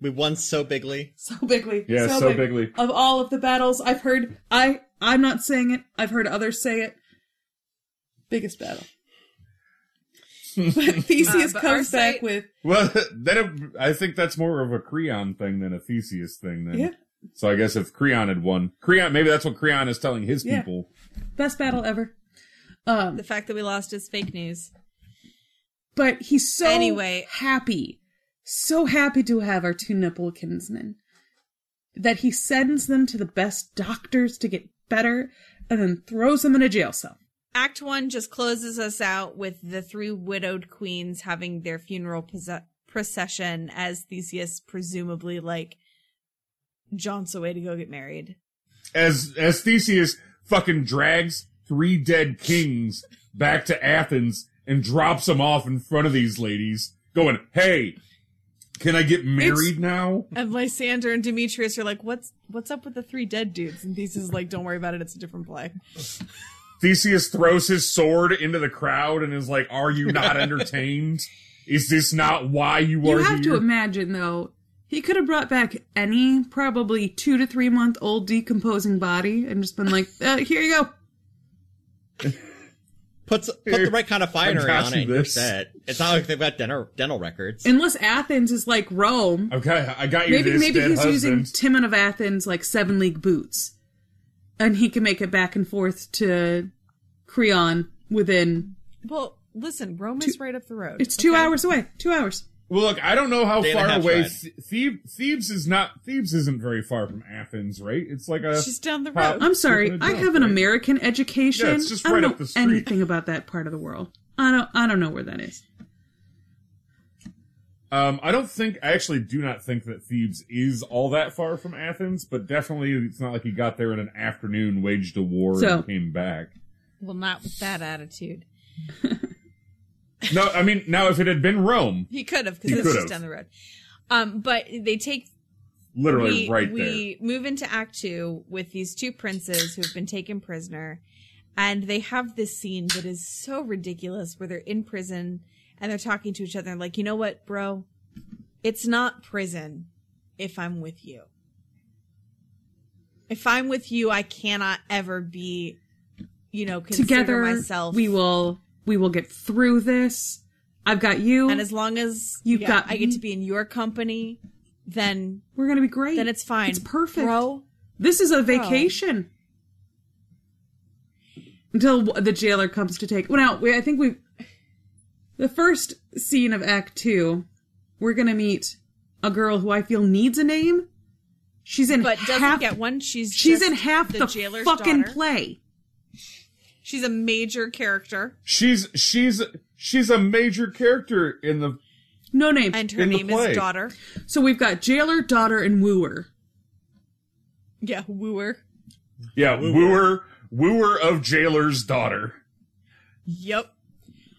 Speaker 1: We won so bigly.
Speaker 3: So bigly.
Speaker 4: Yeah, so bigly.
Speaker 3: Of all of the battles I've heard, I I'm not saying it. I've heard others say it. Biggest battle. but Theseus
Speaker 2: Uh, but
Speaker 3: comes
Speaker 2: Arcite-
Speaker 3: back with
Speaker 4: Well, that I think that's more of a Creon thing than a Theseus thing. Then.
Speaker 3: Yeah.
Speaker 4: So I guess if Creon had won, Creon maybe that's what Creon is telling his
Speaker 3: Yeah.
Speaker 4: people.
Speaker 3: best battle ever. Um,
Speaker 2: The fact that we lost is fake news.
Speaker 3: But he's so
Speaker 2: Anyway.
Speaker 3: happy, so happy to have our two nipple kinsmen that he sends them to the best doctors to get better and then throws them in a jail cell.
Speaker 2: Act one just closes us out with the three widowed queens having their funeral pose- procession as Theseus presumably like jaunts away to go get married.
Speaker 4: As as Theseus fucking drags three dead kings back to Athens and drops them off in front of these ladies, going, "Hey, can I get married now?"
Speaker 2: And Lysander and Demetrius are like, "What's what's up with the three dead dudes?" And Theseus is like, "Don't worry about it. It's a different play."
Speaker 4: Theseus throws his sword into the crowd and is like, "Are you not entertained? is this not why you
Speaker 3: You
Speaker 4: are
Speaker 3: have to
Speaker 4: here?"
Speaker 3: imagine, though, he could have brought back any probably two to three month old decomposing body and just been like, uh, here you go.
Speaker 1: Puts put the right kind of finery
Speaker 4: got
Speaker 1: on
Speaker 4: you
Speaker 1: it. and you're
Speaker 4: this.
Speaker 1: set. It's not like they've got dental dental records.
Speaker 3: Unless Athens is like Rome.
Speaker 4: Okay, I got you.
Speaker 3: Maybe
Speaker 4: this
Speaker 3: maybe
Speaker 4: dead
Speaker 3: he's using
Speaker 4: husband.
Speaker 3: Timon of Athens like seven league boots, and he can make it back and forth to Creon within.
Speaker 2: Well, listen, Rome is right up the road.
Speaker 3: It's two
Speaker 2: okay?
Speaker 3: hours away. Two hours.
Speaker 4: Well, look, I don't know how
Speaker 1: Day and a
Speaker 4: far
Speaker 1: half
Speaker 4: away
Speaker 1: ride.
Speaker 4: Th- Thebe- Thebes is not. Thebes isn't very far from Athens, right? It's like a.
Speaker 2: She's down the
Speaker 4: How-
Speaker 2: road.
Speaker 3: I'm sorry.
Speaker 4: Looking at
Speaker 3: I
Speaker 4: Rome,
Speaker 3: have an
Speaker 4: right?
Speaker 3: American education.
Speaker 4: Yeah, it's just
Speaker 3: I don't
Speaker 4: right
Speaker 3: know
Speaker 4: up the street.
Speaker 3: anything about that part of the world. I don't. I don't know where that is.
Speaker 4: Um, I don't think. I actually do not think that Thebes is all that far from Athens, but definitely it's not like he got there in an afternoon, waged a war,
Speaker 3: So-
Speaker 4: and came back.
Speaker 2: Well, not with that attitude.
Speaker 4: No, I mean now if it had been Rome,
Speaker 2: He could have
Speaker 4: He
Speaker 2: because it's
Speaker 4: could
Speaker 2: just
Speaker 4: have.
Speaker 2: down the road. Um, but they take
Speaker 4: literally
Speaker 2: we,
Speaker 4: right there.
Speaker 2: we move into act two with these two princes who've been taken prisoner and they have this scene that is so ridiculous where they're in prison and they're talking to each other and like you know what bro it's not prison if i'm with you if i'm with you i cannot ever be you know consider
Speaker 3: Together,
Speaker 2: myself
Speaker 3: we will we will get through this. I've got you.
Speaker 2: and as long as
Speaker 3: You've
Speaker 2: yeah,
Speaker 3: got
Speaker 2: i get
Speaker 3: me.
Speaker 2: to be in your company then
Speaker 3: We're gonna be great.
Speaker 2: then it's fine
Speaker 3: It's perfect.
Speaker 2: bro
Speaker 3: This
Speaker 2: Oh.
Speaker 3: is a vacation. Until w- the jailer comes to take. Well, now we, I think we. The first scene of Act Two, we're gonna meet a girl who I feel needs a name. She's in
Speaker 2: but doesn't
Speaker 3: half.
Speaker 2: get one. She's
Speaker 3: she's
Speaker 2: just
Speaker 3: in half the,
Speaker 2: jailer's
Speaker 3: fucking
Speaker 2: daughter.
Speaker 3: play.
Speaker 2: She's a major character,
Speaker 4: She's she's she's a major character in the
Speaker 3: No name.
Speaker 2: and her
Speaker 4: In the
Speaker 2: name
Speaker 4: play.
Speaker 2: is daughter.
Speaker 3: so we've got jailer, daughter, and wooer.
Speaker 2: Yeah, wooer.
Speaker 4: yeah wooer wooer of jailer's daughter.
Speaker 2: Yep.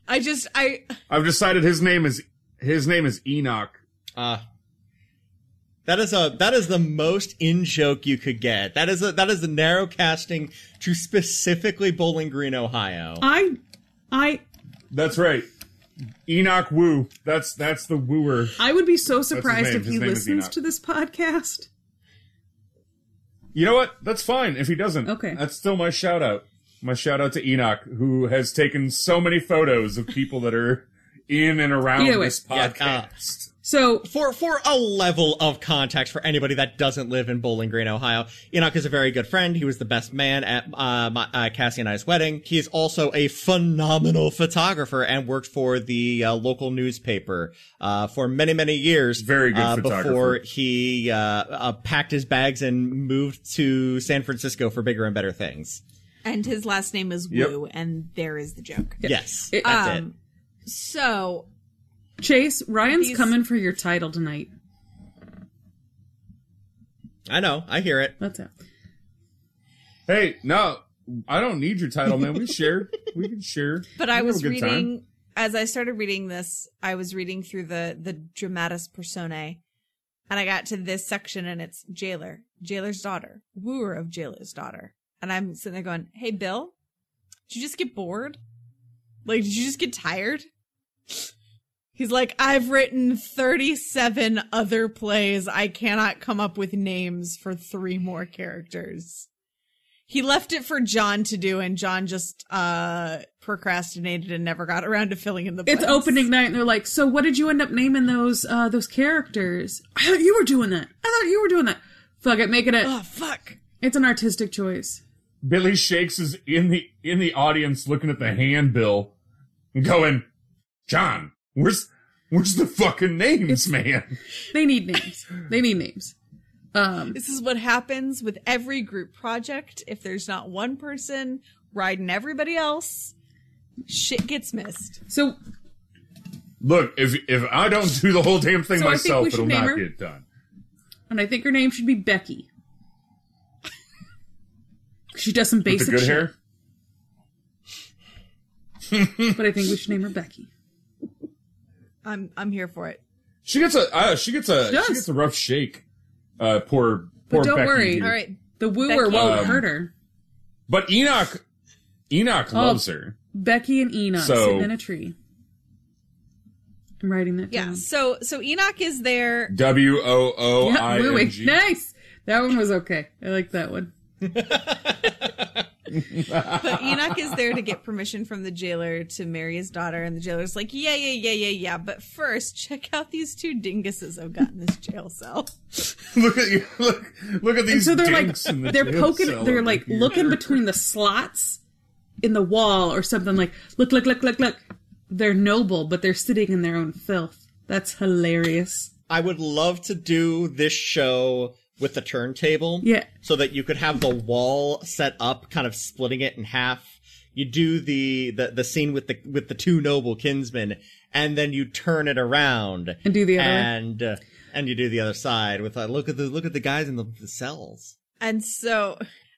Speaker 2: I just I
Speaker 4: I've decided his name is his name is Enoch.
Speaker 1: Uh, that is a that is the most in joke you could get. That is a that is a narrow casting to specifically Bowling Green, Ohio.
Speaker 3: I, I,
Speaker 4: That's right. Enoch Woo. That's that's the wooer.
Speaker 3: I would be so surprised
Speaker 4: name.
Speaker 3: if
Speaker 4: His
Speaker 3: he
Speaker 4: name is
Speaker 3: listens
Speaker 4: Enoch.
Speaker 3: to this podcast.
Speaker 4: You know what? That's fine if he doesn't.
Speaker 3: Okay.
Speaker 4: That's still my shout out. My shout out to Enoch, who has taken so many photos of people that are in and around
Speaker 3: Either way.
Speaker 4: this
Speaker 1: Yeah, uh,
Speaker 4: podcast.
Speaker 3: So
Speaker 1: for for a level of context for anybody that doesn't live in Bowling Green, Ohio, Enoch is a very good friend. He was the best man at uh, my, uh, Cassie and I's wedding. He is also a phenomenal photographer and worked for the uh, local newspaper uh, for many many years.
Speaker 4: Very good
Speaker 1: uh,
Speaker 4: photographer.
Speaker 1: Before he uh, uh, packed his bags and moved to San Francisco for bigger and better things.
Speaker 2: and his last name is
Speaker 4: Yep.
Speaker 2: Woo, and there is the joke.
Speaker 1: Yes,
Speaker 3: It-
Speaker 1: that's it.
Speaker 2: Um, So
Speaker 3: Chase, Ryan's
Speaker 2: These-
Speaker 3: coming for your title tonight.
Speaker 1: I know. I hear it.
Speaker 3: That's it.
Speaker 4: Hey, no, I don't need your title, man. We share. We can share.
Speaker 2: But I
Speaker 4: We
Speaker 2: was
Speaker 4: have a good time.
Speaker 2: reading as I started reading this, I was reading through the the dramatis personae, and I got to this section, and it's jailer, jailer's daughter, wooer of jailer's daughter, and I'm sitting there going, "Hey, Bill, did you just get bored? Like, did you just get tired?" He's like, I've written 37 other plays. I cannot come up with names for three more characters. He left it for John to do, and John just uh procrastinated and never got around to filling in the
Speaker 3: It's
Speaker 2: blanks.
Speaker 3: opening night, and they're like, "So, what did you end up naming those uh, those characters? I thought you were doing that. I thought you were doing that. Fuck it, make it a.
Speaker 2: Oh fuck!
Speaker 3: It's an artistic choice.
Speaker 4: Billy Shakes is in the in the audience looking at the handbill and going, John, where's where's the fucking names, man?
Speaker 3: They need names. they need names. Um,
Speaker 2: This is what happens with every group project. If there's not one person riding everybody else, shit gets missed.
Speaker 3: so
Speaker 4: Look, if if I don't do the whole damn thing
Speaker 3: So I think
Speaker 4: myself,
Speaker 3: we should
Speaker 4: it'll
Speaker 3: name
Speaker 4: not
Speaker 3: her-
Speaker 4: get done.
Speaker 3: and I think her name should be Becky. She does some
Speaker 4: With
Speaker 3: basic
Speaker 4: the good
Speaker 3: shit,
Speaker 4: hair?
Speaker 3: but I think we should name her Becky.
Speaker 2: I'm I'm here for it.
Speaker 4: She gets a uh, she gets a
Speaker 3: She
Speaker 4: she,
Speaker 3: does.
Speaker 4: gets a rough shake. Uh, poor
Speaker 3: But
Speaker 4: poor
Speaker 3: don't
Speaker 4: Becky.
Speaker 3: worry.
Speaker 4: dude.
Speaker 2: All right,
Speaker 3: The wooer
Speaker 2: Becky.
Speaker 3: won't
Speaker 4: Um,
Speaker 3: hurt her.
Speaker 4: But Enoch Enoch
Speaker 3: Oh.
Speaker 4: loves her.
Speaker 3: Becky and Enoch
Speaker 4: so-
Speaker 3: sitting in a tree. I'm writing that
Speaker 2: yeah.
Speaker 3: down.
Speaker 2: So so Enoch is there.
Speaker 4: W O O
Speaker 3: Yeah,
Speaker 4: I
Speaker 3: Louis.
Speaker 4: N G.
Speaker 3: Nice. That one was okay. I like that one.
Speaker 2: But Enoch is there to get permission from the jailer to marry his daughter, and the jailer's like, yeah, yeah, yeah, yeah, yeah. But first, check out these two dinguses I've got in this jail cell.
Speaker 4: Look at you look look at
Speaker 3: And
Speaker 4: these
Speaker 3: so they're like
Speaker 4: dinks in the
Speaker 3: they're
Speaker 4: jail
Speaker 3: poking
Speaker 4: cell
Speaker 3: they're
Speaker 4: over
Speaker 3: like
Speaker 4: here.
Speaker 3: looking between the slots in the wall or something like look look look look look. They're noble, but they're sitting in their own filth. That's hilarious.
Speaker 1: I would love to do this show with the turntable.
Speaker 3: Yeah.
Speaker 1: So that you could have the wall set up, kind of splitting it in half. You do the, the, the scene with the with the two noble kinsmen, and then you turn it around
Speaker 3: And do the other one.
Speaker 1: and uh, and you do the other side with uh, look at the look at the guys in the, the cells.
Speaker 2: And so,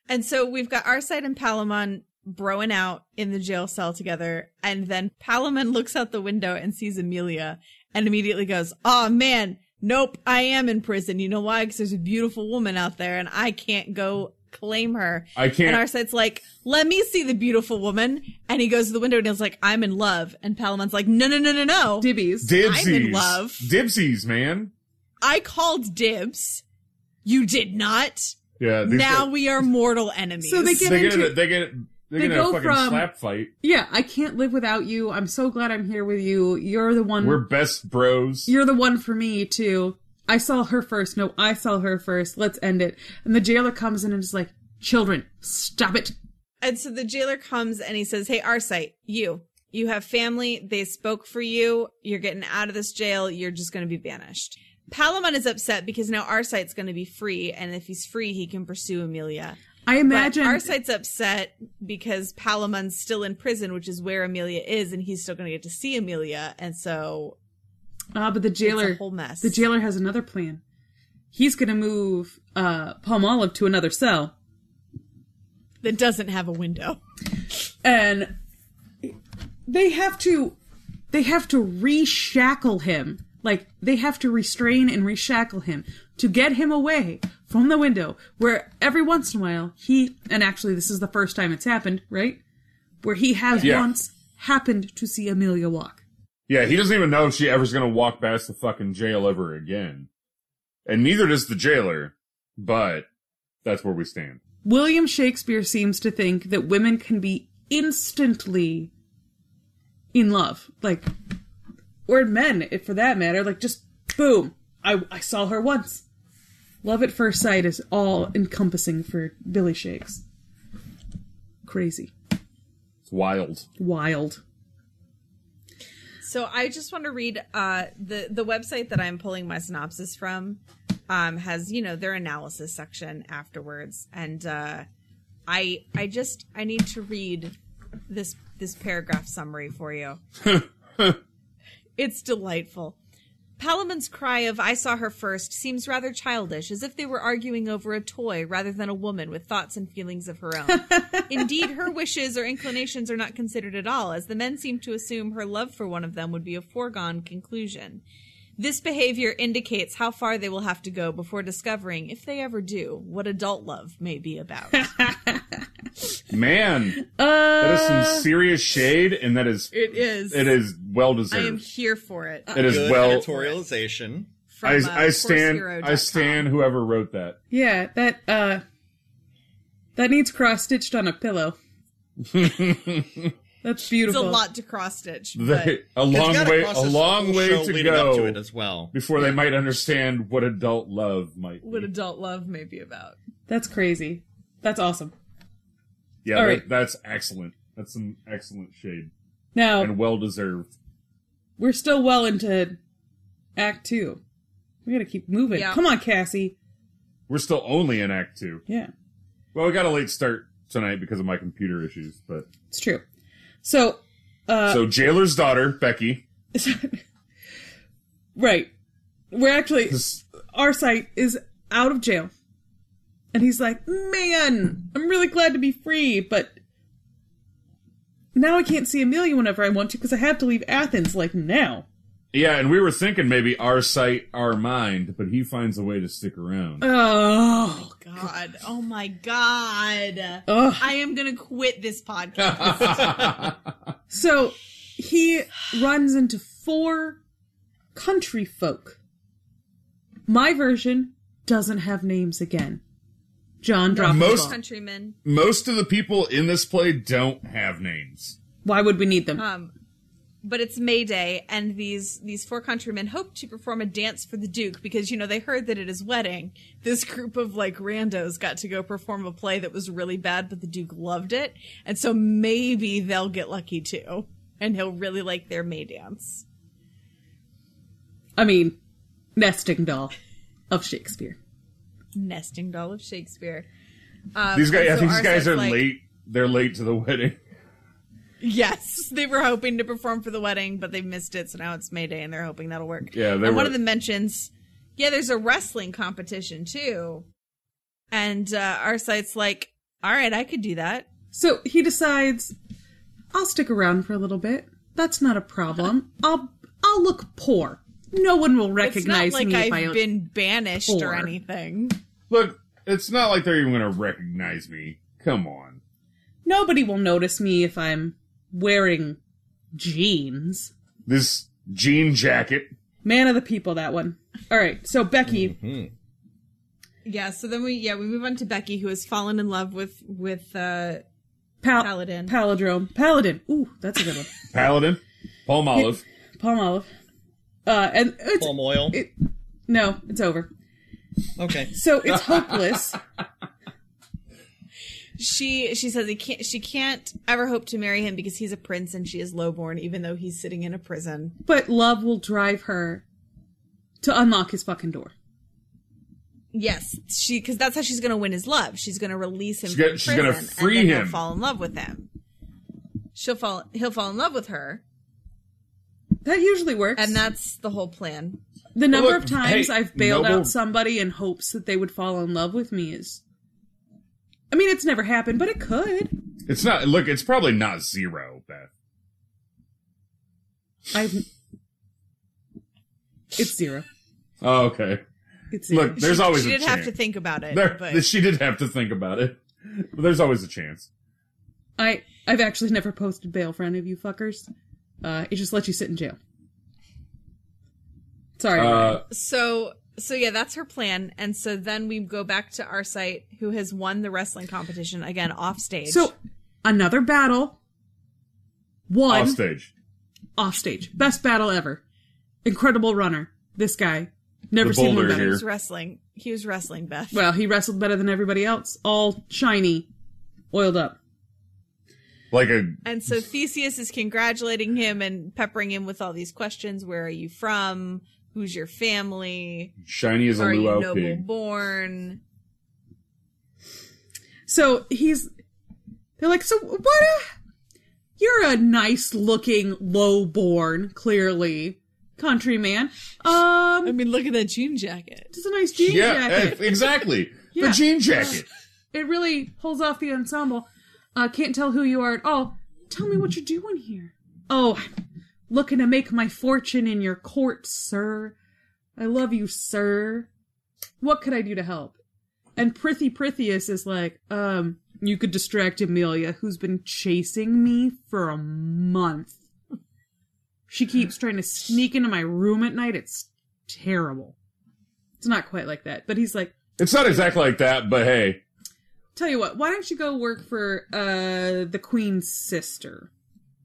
Speaker 2: and so we've got Arside and Palamon broing out in the jail cell together. And then Palamon looks out the window and sees Amelia and immediately goes, Oh man, Nope, I am in prison. You know why? Because there's a beautiful woman out there and I can't go claim her.
Speaker 4: I
Speaker 2: And
Speaker 4: can't.
Speaker 2: our site's like, let me see the beautiful woman. And he goes to the window and he's like, I'm in love. And Palamon's like, no, no, no, no, no.
Speaker 3: Dibbies.
Speaker 4: Dibsies.
Speaker 2: I'm in love.
Speaker 4: Dibsies, man.
Speaker 2: I called dibs. You did not.
Speaker 4: Yeah. these
Speaker 2: Now
Speaker 4: guys-
Speaker 2: we are mortal enemies.
Speaker 3: So they
Speaker 4: they
Speaker 3: get
Speaker 4: get,
Speaker 3: into-
Speaker 4: in a, they get they,
Speaker 3: they
Speaker 4: get in a
Speaker 3: go
Speaker 4: fucking
Speaker 3: from-
Speaker 4: slap fight.
Speaker 3: yeah, I can't live without you. I'm so glad I'm here with you. You're the one.
Speaker 4: We're best bros.
Speaker 3: you're the one for me too. I saw her first. No, I saw her first. Let's end it. And the jailer comes in and is like, "Children, stop it."
Speaker 2: And so the jailer comes and he says, Hey, Arsite, you, you have family. They spoke for you. You're getting out of this jail. You're just going to be banished. Palamon is upset because now Arsite's going to be free. And if he's free, he can pursue Amelia.
Speaker 3: I imagine
Speaker 2: But Arsite's upset because Palamon's still in prison, which is where Amelia is. And he's still going to get to see Amelia. And so
Speaker 3: Ah, but the
Speaker 2: it's
Speaker 3: jailer,
Speaker 2: a whole mess.
Speaker 3: the jailer has another plan. He's gonna move uh, Palm Olive to another cell,
Speaker 2: that doesn't have a window.
Speaker 3: and they have to, they have to reshackle him. Like they have to restrain and reshackle him to get him away from the window. Where every once in a while he, and actually this is the first time it's happened, right? Where he has
Speaker 4: Yeah.
Speaker 3: once happened to see Amelia walk.
Speaker 4: Yeah, he doesn't even know if she ever's gonna walk past the fucking jail ever again. And neither does the jailer, but that's where we stand.
Speaker 3: William Shakespeare seems to think that women can be instantly in love, like, or men, if for that matter, like just boom. I I saw her once. Love at first sight is all encompassing for Billy Shakes. Crazy,
Speaker 4: It's wild.
Speaker 3: wild.
Speaker 2: So I just want to read uh, the the website that I'm pulling my synopsis from um, has you know their analysis section afterwards, and uh, I I just I need to read this this paragraph summary for you. It's delightful. Palamon's cry of I saw her first seems rather childish, as if they were arguing over a toy rather than a woman with thoughts and feelings of her own. Indeed, her wishes or inclinations are not considered at all, as the men seem to assume her love for one of them would be a foregone conclusion. This behavior indicates how far they will have to go before discovering, if they ever do, what adult love may be about.
Speaker 4: Man, that is some serious shade and that is
Speaker 2: it is.
Speaker 4: it is well
Speaker 2: Uh, I am
Speaker 4: deserved.
Speaker 2: here for it.
Speaker 4: It is
Speaker 1: Good
Speaker 4: well
Speaker 1: editorialization.
Speaker 2: From,
Speaker 4: I,
Speaker 2: uh,
Speaker 4: I stand I
Speaker 2: CourseHero.com.
Speaker 4: stand whoever wrote that.
Speaker 3: Yeah, that uh, that needs cross stitched on a pillow. That's
Speaker 2: It's a
Speaker 3: beautiful.
Speaker 2: lot to cross stitch.
Speaker 4: They- a long
Speaker 1: It's gotta
Speaker 4: way
Speaker 1: cost
Speaker 4: a
Speaker 1: us
Speaker 4: long
Speaker 1: whole show
Speaker 4: way to
Speaker 1: leading up
Speaker 4: go
Speaker 1: to it as well.
Speaker 4: before they might understand what adult love might
Speaker 2: what
Speaker 4: be.
Speaker 2: adult love may be about.
Speaker 3: That's crazy. That's awesome.
Speaker 4: yeah,
Speaker 3: all
Speaker 4: that-
Speaker 3: right.
Speaker 4: that's excellent. That's some excellent shade
Speaker 2: Oh.
Speaker 3: Now
Speaker 4: and well deserved.
Speaker 3: we're still well into act two we gotta keep moving
Speaker 2: Yeah.
Speaker 3: come on cassie
Speaker 4: We're still only in act 2.
Speaker 3: yeah
Speaker 4: Well, we got a late start tonight because of my computer issues, but
Speaker 3: it's true so
Speaker 2: Uh,
Speaker 3: uh,
Speaker 4: so jailer's daughter Becky.
Speaker 3: right we're actually
Speaker 4: This-
Speaker 3: our site is out of jail and he's like man i'm really glad to be free but now i can't see amelia whenever i want to because i have to leave athens like now
Speaker 4: Yeah, and we were thinking maybe our sight, our mind, but he finds a way to stick around.
Speaker 3: oh
Speaker 2: God. Oh my God.
Speaker 3: Ugh.
Speaker 2: I am going to quit this podcast.
Speaker 3: So he runs into four country folk. My version doesn't have names again. John dropped the
Speaker 4: Most-
Speaker 3: ball.
Speaker 2: Countrymen.
Speaker 4: Most of the people in this play don't have names.
Speaker 3: Why would we need them?
Speaker 2: Um, but it's May Day, and these these four countrymen hope to perform a dance for the Duke because you know they heard that at his wedding, this group of like randos got to go perform a play that was really bad, but the Duke loved it, and so maybe they'll get lucky too, and he'll really like their May dance.
Speaker 3: I mean, nesting doll of Shakespeare.
Speaker 2: Nesting doll of Shakespeare. Um,
Speaker 4: These guys,
Speaker 2: and
Speaker 4: I
Speaker 2: so
Speaker 4: think these
Speaker 2: our
Speaker 4: guys
Speaker 2: site's
Speaker 4: are
Speaker 2: like-
Speaker 4: late. They're late to the wedding.
Speaker 2: Yes, they were hoping to perform for the wedding, but they missed it, so now it's May Day, and they're hoping that'll work.
Speaker 4: Yeah,
Speaker 2: and
Speaker 4: they were-
Speaker 2: one of the mentions, yeah, there's a wrestling competition too, and uh, our site's like, all right, I could do that.
Speaker 3: So he decides, I'll stick around for a little bit. That's not a problem. I'll I'll look poor. No one will
Speaker 2: It's
Speaker 3: recognize
Speaker 2: not like
Speaker 3: me
Speaker 2: I've
Speaker 3: if I
Speaker 2: been banished or
Speaker 3: Poor.
Speaker 2: anything.
Speaker 4: Look, it's not like they're even going to recognize me. Come on.
Speaker 3: Nobody will notice me if I'm wearing jeans.
Speaker 4: This jean jacket.
Speaker 3: Man of the people, that one. All right, so Becky,
Speaker 4: Mm-hmm.
Speaker 2: Yeah. So then we yeah we move on to Becky who has fallen in love with with uh
Speaker 3: pal-
Speaker 2: Paladin.
Speaker 3: Paladrome, Paladin. Ooh, that's a good one.
Speaker 4: Paladin. Palm olive.
Speaker 3: Palm olive. Uh, and it's
Speaker 1: Palm oil.
Speaker 3: it, no, it's over.
Speaker 1: Okay.
Speaker 3: So it's hopeless.
Speaker 2: she she says he can't she can't ever hope to marry him because he's a prince and she is lowborn even though he's sitting in a prison.
Speaker 3: but love will drive her to unlock his fucking door.
Speaker 2: Yes, she because that's how she's going to win his love. She's going to release him.
Speaker 4: She's gonna-
Speaker 2: from
Speaker 4: she's gonna
Speaker 2: prison,
Speaker 4: free
Speaker 2: and then
Speaker 4: him.
Speaker 2: He'll fall in love with him. She'll fall. He'll fall in love with her,
Speaker 3: That usually works.
Speaker 2: and that's the whole plan.
Speaker 3: the number
Speaker 4: Look,
Speaker 3: of times
Speaker 4: hey,
Speaker 3: I've bailed
Speaker 4: noble-
Speaker 3: out somebody in hopes that they would fall in love with me is. I mean, it's never happened, but it could.
Speaker 4: It's not. Look, it's probably not zero, Beth.
Speaker 3: I've. It's zero.
Speaker 4: Oh, okay.
Speaker 3: It's zero.
Speaker 4: Look, there's always
Speaker 2: she
Speaker 4: a
Speaker 2: did have
Speaker 4: chance.
Speaker 2: to think about it,
Speaker 4: There-
Speaker 2: but
Speaker 4: She did have to think about it. But there's always a chance.
Speaker 3: I I've actually never posted bail for any of you fuckers. Uh, it just lets you sit in jail. Sorry. Ryan.
Speaker 4: Uh,
Speaker 2: so so yeah, that's her plan. And so then we go back to our site, who has won the wrestling competition again off stage.
Speaker 3: so another battle. One
Speaker 4: off stage.
Speaker 3: off stage. Best battle ever. Incredible runner. This guy. Never
Speaker 4: The
Speaker 3: seen one
Speaker 4: boulder
Speaker 3: better.
Speaker 2: he
Speaker 4: here.
Speaker 2: was wrestling. He was wrestling Beth.
Speaker 3: Well, he wrestled better than everybody else. All shiny. Oiled up.
Speaker 4: Like a
Speaker 2: And so Theseus is congratulating him and peppering him with all these questions. Where are you from? Who's your family?
Speaker 4: shiny as a
Speaker 2: Are you
Speaker 4: luau
Speaker 2: noble
Speaker 4: pig.
Speaker 2: born?
Speaker 3: So he's they're like, so what a you're a nice looking, low born, clearly, countryman. Um
Speaker 2: mean, look at that jean jacket.
Speaker 3: it's a nice jean
Speaker 4: Yeah,
Speaker 3: jacket.
Speaker 4: eh, exactly.
Speaker 3: Yeah.
Speaker 4: The jean jacket.
Speaker 3: it really pulls off the ensemble. Uh, can't tell who you are at all. Tell me what you're doing here. Oh, I'm looking to make my fortune in your court, sir. I love you, sir. What could I do to help? And Prithy Prithius is like, um, you could distract Amelia, who's been chasing me for a month. She keeps trying to sneak into my room at night. It's terrible. It's not quite like that, but he's like,
Speaker 4: It's not exactly like that, but hey,
Speaker 3: Tell you what, why don't you go work for uh the queen's sister?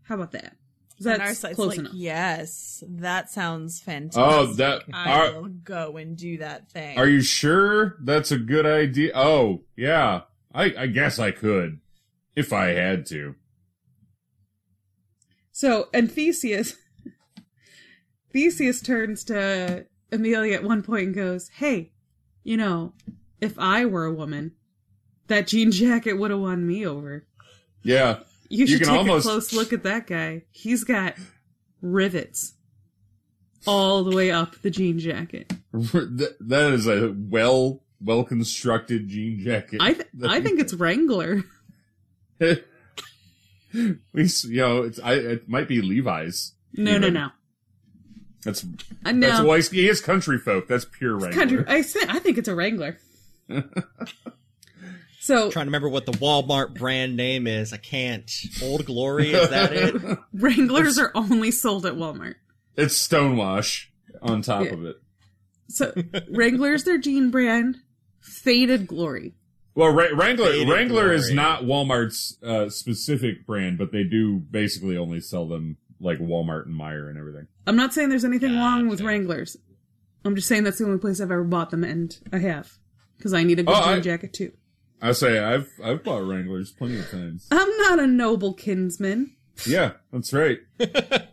Speaker 3: How about that?
Speaker 2: And
Speaker 3: That's
Speaker 2: our site's
Speaker 3: close
Speaker 2: like,
Speaker 3: enough.
Speaker 2: yes, that sounds fantastic.
Speaker 4: oh, that
Speaker 2: I
Speaker 4: are
Speaker 2: will go and do that thing.
Speaker 4: are you sure that's a good idea? Oh, yeah. I I guess I could if I had to.
Speaker 3: So, and Theseus, Theseus turns to Amelia at one point and goes, "Hey, you know, if I were a woman, that jean jacket would have won me over.
Speaker 4: Yeah.
Speaker 3: You
Speaker 4: You
Speaker 3: should
Speaker 4: can
Speaker 3: take
Speaker 4: almost-
Speaker 3: a close look at that guy. He's got rivets all the way up the jean jacket.
Speaker 4: Th- that is a well well constructed jean jacket.
Speaker 3: I th- I think it's Wrangler."
Speaker 4: we s- you know, it's I it might be Levi's.
Speaker 3: No, no,
Speaker 4: even.
Speaker 3: no.
Speaker 4: That's
Speaker 3: Uh,
Speaker 4: that's
Speaker 3: no.
Speaker 4: why he's, he is country folk. That's pure right.
Speaker 3: Country. I said, I think it's a Wrangler. so
Speaker 1: Trying to remember what the Walmart brand name is. I can't. Old Glory, is that it?
Speaker 3: Wranglers are only sold at Walmart.
Speaker 4: It's stonewash on top
Speaker 3: Yeah.
Speaker 4: of it.
Speaker 3: So Wranglers, their jean brand, faded glory.
Speaker 4: Well, Ra- Wrangler
Speaker 1: Faded
Speaker 4: Wrangler is
Speaker 1: glory.
Speaker 4: not Walmart's uh, specific brand, but they do basically only sell them like Walmart and Meyer and everything.
Speaker 3: I'm not saying there's anything wrong with
Speaker 1: Gotcha.
Speaker 3: Wranglers. I'm just saying that's the only place I've ever bought them, and I have because I need a good
Speaker 4: Oh,
Speaker 3: jean
Speaker 4: I-
Speaker 3: jacket too.
Speaker 4: I say I've I've bought Wranglers plenty of times.
Speaker 3: I'm not a noble kinsman.
Speaker 4: yeah, that's right.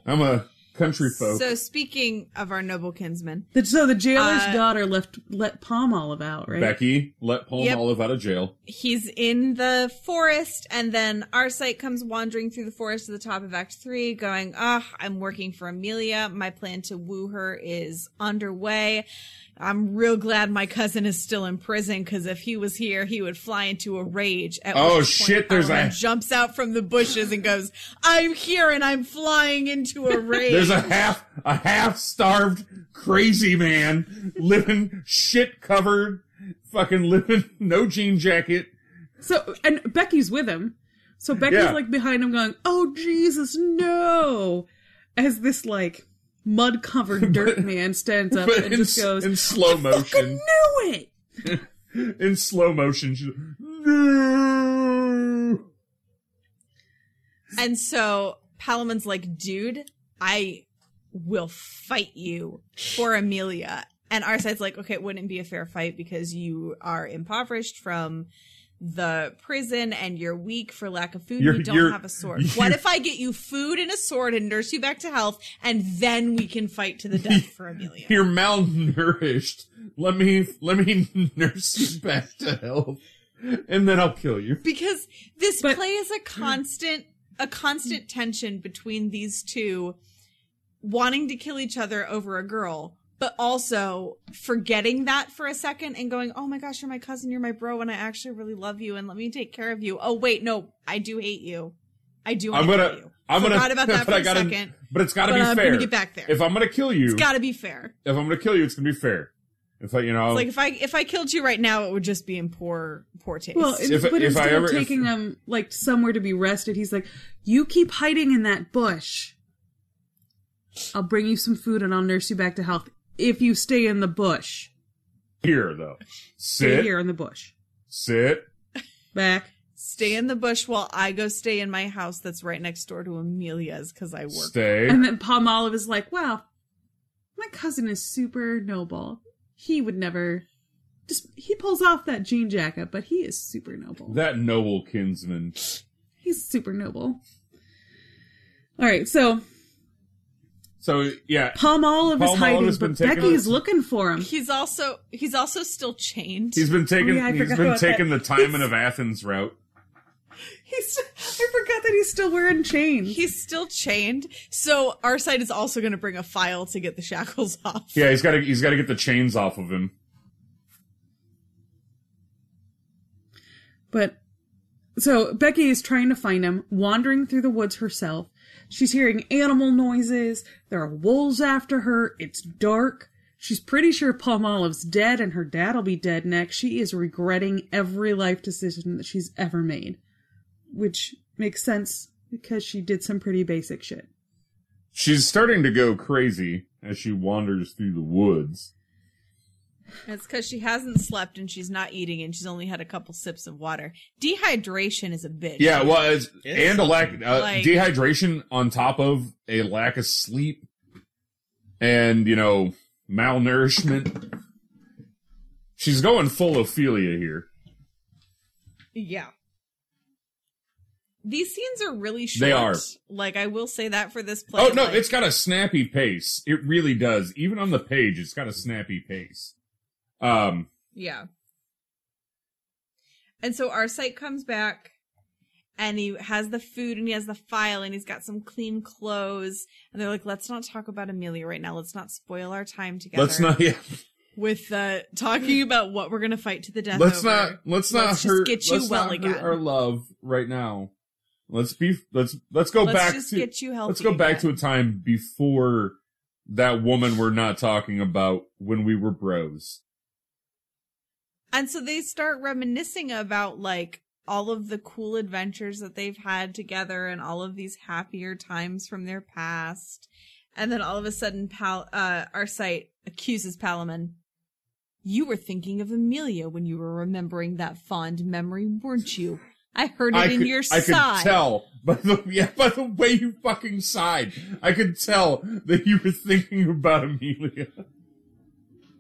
Speaker 4: I'm a country folk.
Speaker 2: So speaking of our noble kinsman,
Speaker 3: The, so the jailer's
Speaker 2: Uh,
Speaker 3: daughter left let palm olive out, right?
Speaker 4: Becky let Palm
Speaker 2: Yep.
Speaker 4: Olive out of jail.
Speaker 2: he's in the forest, and then our site comes wandering through the forest at the top of Act Three, going, "Ah, I'm working for Amelia. My plan to woo her is underway. I'm real glad my cousin is still in prison because if he was here, he would fly into a rage." At
Speaker 4: Oh,
Speaker 2: which point
Speaker 4: shit, there's
Speaker 2: Palamon
Speaker 4: a-
Speaker 2: jumps out from the bushes and goes, "I'm here and I'm flying into a rage."
Speaker 4: There's a half a half starved crazy man living shit covered, fucking living no jean jacket.
Speaker 3: So and Becky's with him. So Becky's
Speaker 4: Yeah.
Speaker 3: like behind him going, "Oh Jesus, no!" As this like mud covered dirt man stands up
Speaker 4: But
Speaker 3: and
Speaker 4: in,
Speaker 3: just
Speaker 4: s-
Speaker 3: goes,
Speaker 4: in slow motion,
Speaker 3: "Knew it."
Speaker 4: in slow motion, she's no.
Speaker 2: And so Palamon's like, dude, I will fight you for Amelia. And Arside's like, okay, it wouldn't be a fair fight because you are impoverished from the prison and you're weak for lack of food. and
Speaker 4: You're-
Speaker 2: you don't
Speaker 4: you're-
Speaker 2: have a sword. What
Speaker 4: you-
Speaker 2: if I get you food and a sword and nurse you back to health and then we can fight to the death for Amelia?
Speaker 4: You're malnourished. Let me let me nurse you back to health, and then I'll kill you.
Speaker 2: because this
Speaker 3: But-
Speaker 2: play is a constant a constant tension between these two wanting to kill each other over a girl but also forgetting that for a second and going oh my gosh you're my cousin you're my bro and i actually really love you and let me take care of you oh wait no i do hate you i do
Speaker 4: I'm
Speaker 2: hate
Speaker 4: gonna.
Speaker 2: you
Speaker 4: I'm gonna.
Speaker 2: forgot about that
Speaker 4: but
Speaker 2: for
Speaker 4: I
Speaker 2: a
Speaker 4: gotta-
Speaker 2: second
Speaker 4: But it's got to
Speaker 2: but
Speaker 4: be
Speaker 2: I'm
Speaker 4: fair.
Speaker 2: gonna get back there
Speaker 4: If I'm gonna kill you,
Speaker 2: it's gotta be fair
Speaker 4: if I'm gonna kill you, it's gonna be fair. If I, you know,
Speaker 2: it's like if i if i killed you right now it would just be in poor poor taste
Speaker 3: Well, and-
Speaker 4: If-
Speaker 3: but
Speaker 4: if I
Speaker 3: instead
Speaker 4: ever-
Speaker 3: of
Speaker 4: if-
Speaker 3: taking him like somewhere to be rested, he's like, "You keep hiding in that bush. I'll bring you some food and I'll nurse you back to health if you stay in the bush.
Speaker 4: here though,
Speaker 3: Stay
Speaker 4: sit,
Speaker 3: here in the bush.
Speaker 4: sit.
Speaker 3: Back.
Speaker 2: stay in the bush while I go stay in my house that's right next door to Amelia's because I work.
Speaker 4: Stay.
Speaker 3: And then Palm Olive is like, "Wow, my cousin is super noble. He would never." Just he pulls off that jean jacket, but he is super noble.
Speaker 4: That noble kinsman.
Speaker 3: He's super noble. All right, so
Speaker 4: So yeah,
Speaker 3: Palm Olive
Speaker 4: Palm
Speaker 3: is hiding,
Speaker 4: Olive has been
Speaker 3: but
Speaker 4: taken
Speaker 3: Becky
Speaker 4: to-
Speaker 3: is looking for him.
Speaker 2: He's also he's also still chained.
Speaker 4: he's been taking.
Speaker 3: Oh, yeah, I
Speaker 4: he's
Speaker 3: forgot
Speaker 4: been
Speaker 3: about that.
Speaker 4: taking the Timon of Athens route.
Speaker 3: He's, I forgot that he's still wearing chains.
Speaker 2: He's still chained. So our side is also going to bring a file to get the shackles off.
Speaker 4: Yeah, he's got to. He's got to get the chains off of him.
Speaker 3: But so Becky is trying to find him, wandering through the woods herself. She's hearing animal noises. There are wolves after her. It's dark. She's pretty sure Palm Olive's dead and her dad'll be dead next. She is regretting every life decision that she's ever made, which makes sense because she did some pretty basic shit.
Speaker 4: She's starting to go crazy as she wanders through the woods.
Speaker 2: It's because she hasn't slept and she's not eating and she's only had a couple sips of water. Dehydration is a bitch.
Speaker 4: Yeah, well, it's,
Speaker 1: It's
Speaker 4: and a lack uh,
Speaker 2: Like-
Speaker 4: dehydration on top of a lack of sleep, and you know malnourishment. She's going full Ophelia here.
Speaker 2: Yeah. These scenes are really short.
Speaker 4: They are.
Speaker 2: Like I will say that for this play.
Speaker 4: Oh no,
Speaker 2: like-
Speaker 4: it's got a snappy pace. It really does. Even on the page, it's got a snappy pace. Um,
Speaker 2: Yeah. And so our site comes back and he has the food and he has the file and he's got some clean clothes. And they're like, let's not talk about Amelia right now. Let's not spoil our time together.
Speaker 4: let's not. Yeah,
Speaker 2: With uh, talking about what we're going to fight to the death.
Speaker 4: let's
Speaker 2: over.
Speaker 4: not. Let's not
Speaker 2: Let's just
Speaker 4: hurt.
Speaker 2: get you
Speaker 4: let's
Speaker 2: well
Speaker 4: not
Speaker 2: again.
Speaker 4: hurt our love right now. Let's be. Let's let's go
Speaker 2: Let's
Speaker 4: back
Speaker 2: just
Speaker 4: to.
Speaker 2: get you healthy.
Speaker 4: let's go back to a
Speaker 2: again.
Speaker 4: time before that woman we're not talking about when we were bros.
Speaker 2: And so they start reminiscing about like all of the cool adventures that they've had together and all of these happier times from their past. And then all of a sudden, Pal- uh, our site accuses Palamon. You were thinking of Amelia when you were remembering that fond memory, weren't you? I heard it
Speaker 4: I
Speaker 2: in
Speaker 4: could,
Speaker 2: your
Speaker 4: I
Speaker 2: sigh.
Speaker 4: could tell by the yeah, by the way you fucking sighed. I could tell that you were thinking about Amelia.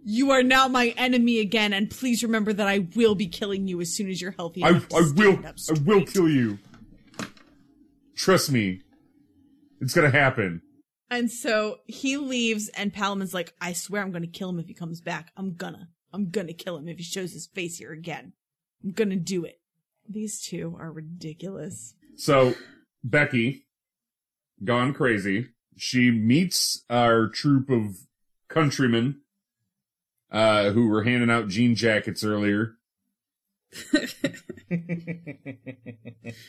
Speaker 2: You are now my enemy again, and please remember that I will be killing you as soon as you're healthy.
Speaker 4: I,
Speaker 2: enough to
Speaker 4: I will
Speaker 2: stand up
Speaker 4: I will kill you. Trust me. It's gonna happen.
Speaker 2: And so he leaves, and Palamon's like, I swear I'm gonna kill him if he comes back. I'm gonna. I'm gonna kill him if he shows his face here again. I'm gonna do it. These two are ridiculous.
Speaker 4: So Becky, gone crazy. She meets our troop of countrymen uh, who were handing out jean jackets earlier.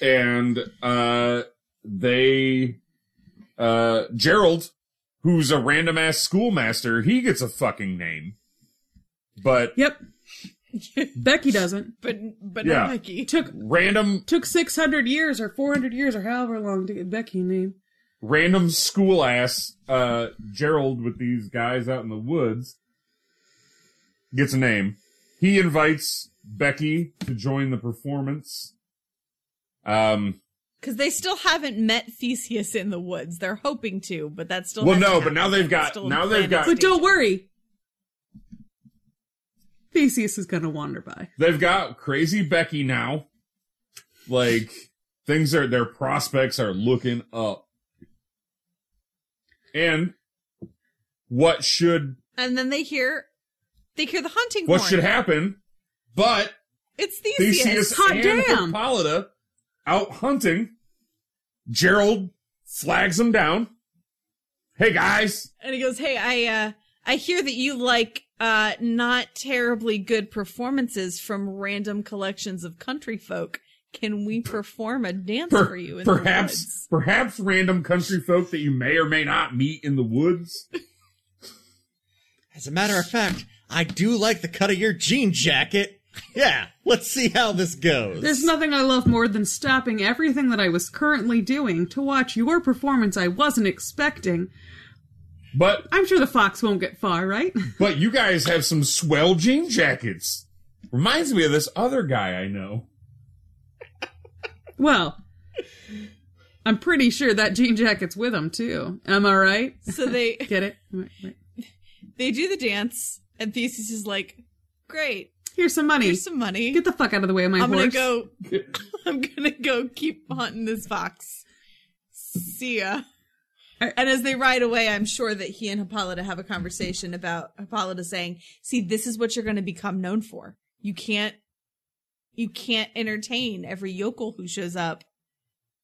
Speaker 4: and uh, they uh, Gerald, who's a random ass schoolmaster, he gets a fucking name. But
Speaker 3: Yep. Becky doesn't.
Speaker 2: But but
Speaker 4: Yeah.
Speaker 2: not Becky.
Speaker 3: Took
Speaker 4: random
Speaker 3: took six hundred years or four hundred years or however long to get Becky a name.
Speaker 4: random school ass uh Gerald with these guys out in the woods gets a name. He invites Becky to join the performance. Um
Speaker 2: Because they still haven't met Theseus in the woods. They're hoping to, but that's still
Speaker 4: Well,
Speaker 2: hasn't
Speaker 4: no, but now
Speaker 2: happened
Speaker 4: they've
Speaker 2: yet.
Speaker 4: got-
Speaker 2: It's still in
Speaker 4: now
Speaker 2: the
Speaker 4: they've
Speaker 2: planning
Speaker 4: got-
Speaker 3: But
Speaker 2: stage.
Speaker 3: don't worry. Theseus is gonna wander by.
Speaker 4: they've got crazy Becky now. Like things are their prospects are looking up. And what should
Speaker 2: And then they hear they hear the hunting
Speaker 4: what
Speaker 2: horn.
Speaker 4: should happen? But
Speaker 2: It's Theseus.
Speaker 4: Theseus
Speaker 3: Hot
Speaker 4: and
Speaker 3: damn.
Speaker 4: Hippolyta out hunting. Gerald flags him down. Hey guys,
Speaker 2: And he goes, "Hey, I uh I hear that you like uh not terribly good performances from random collections of country folk. Can we perform a dance
Speaker 4: per-
Speaker 2: for you in the
Speaker 4: perhaps
Speaker 2: woods?"
Speaker 4: perhaps random country folk that you may or may not meet in the woods.
Speaker 1: As a matter of fact, I do like the cut of your jean jacket. Yeah, let's see how this goes.
Speaker 3: There's nothing I love more than stopping everything that I was currently doing to watch your performance I wasn't expecting.
Speaker 4: But
Speaker 3: I'm sure the fox won't get far, right?
Speaker 4: but you guys have some swell jean jackets. Reminds me of this other guy I know.
Speaker 3: Well, I'm pretty sure that jean jacket's with him too. Am I right?
Speaker 2: So they
Speaker 3: Get it? Right, right.
Speaker 2: they do the dance, and Theseus is like, "Great,
Speaker 3: Here's some money.
Speaker 2: here's some money.
Speaker 3: Get the fuck out of the way of my
Speaker 2: I'm
Speaker 3: horse.
Speaker 2: gonna go. I'm gonna go keep hunting this fox. See ya."
Speaker 3: I-
Speaker 2: And as they ride away, I'm sure that he and Hippolyta have a conversation about Hippolyta saying, "See, this is what you're going to become known for. You can't, you can't entertain every yokel who shows up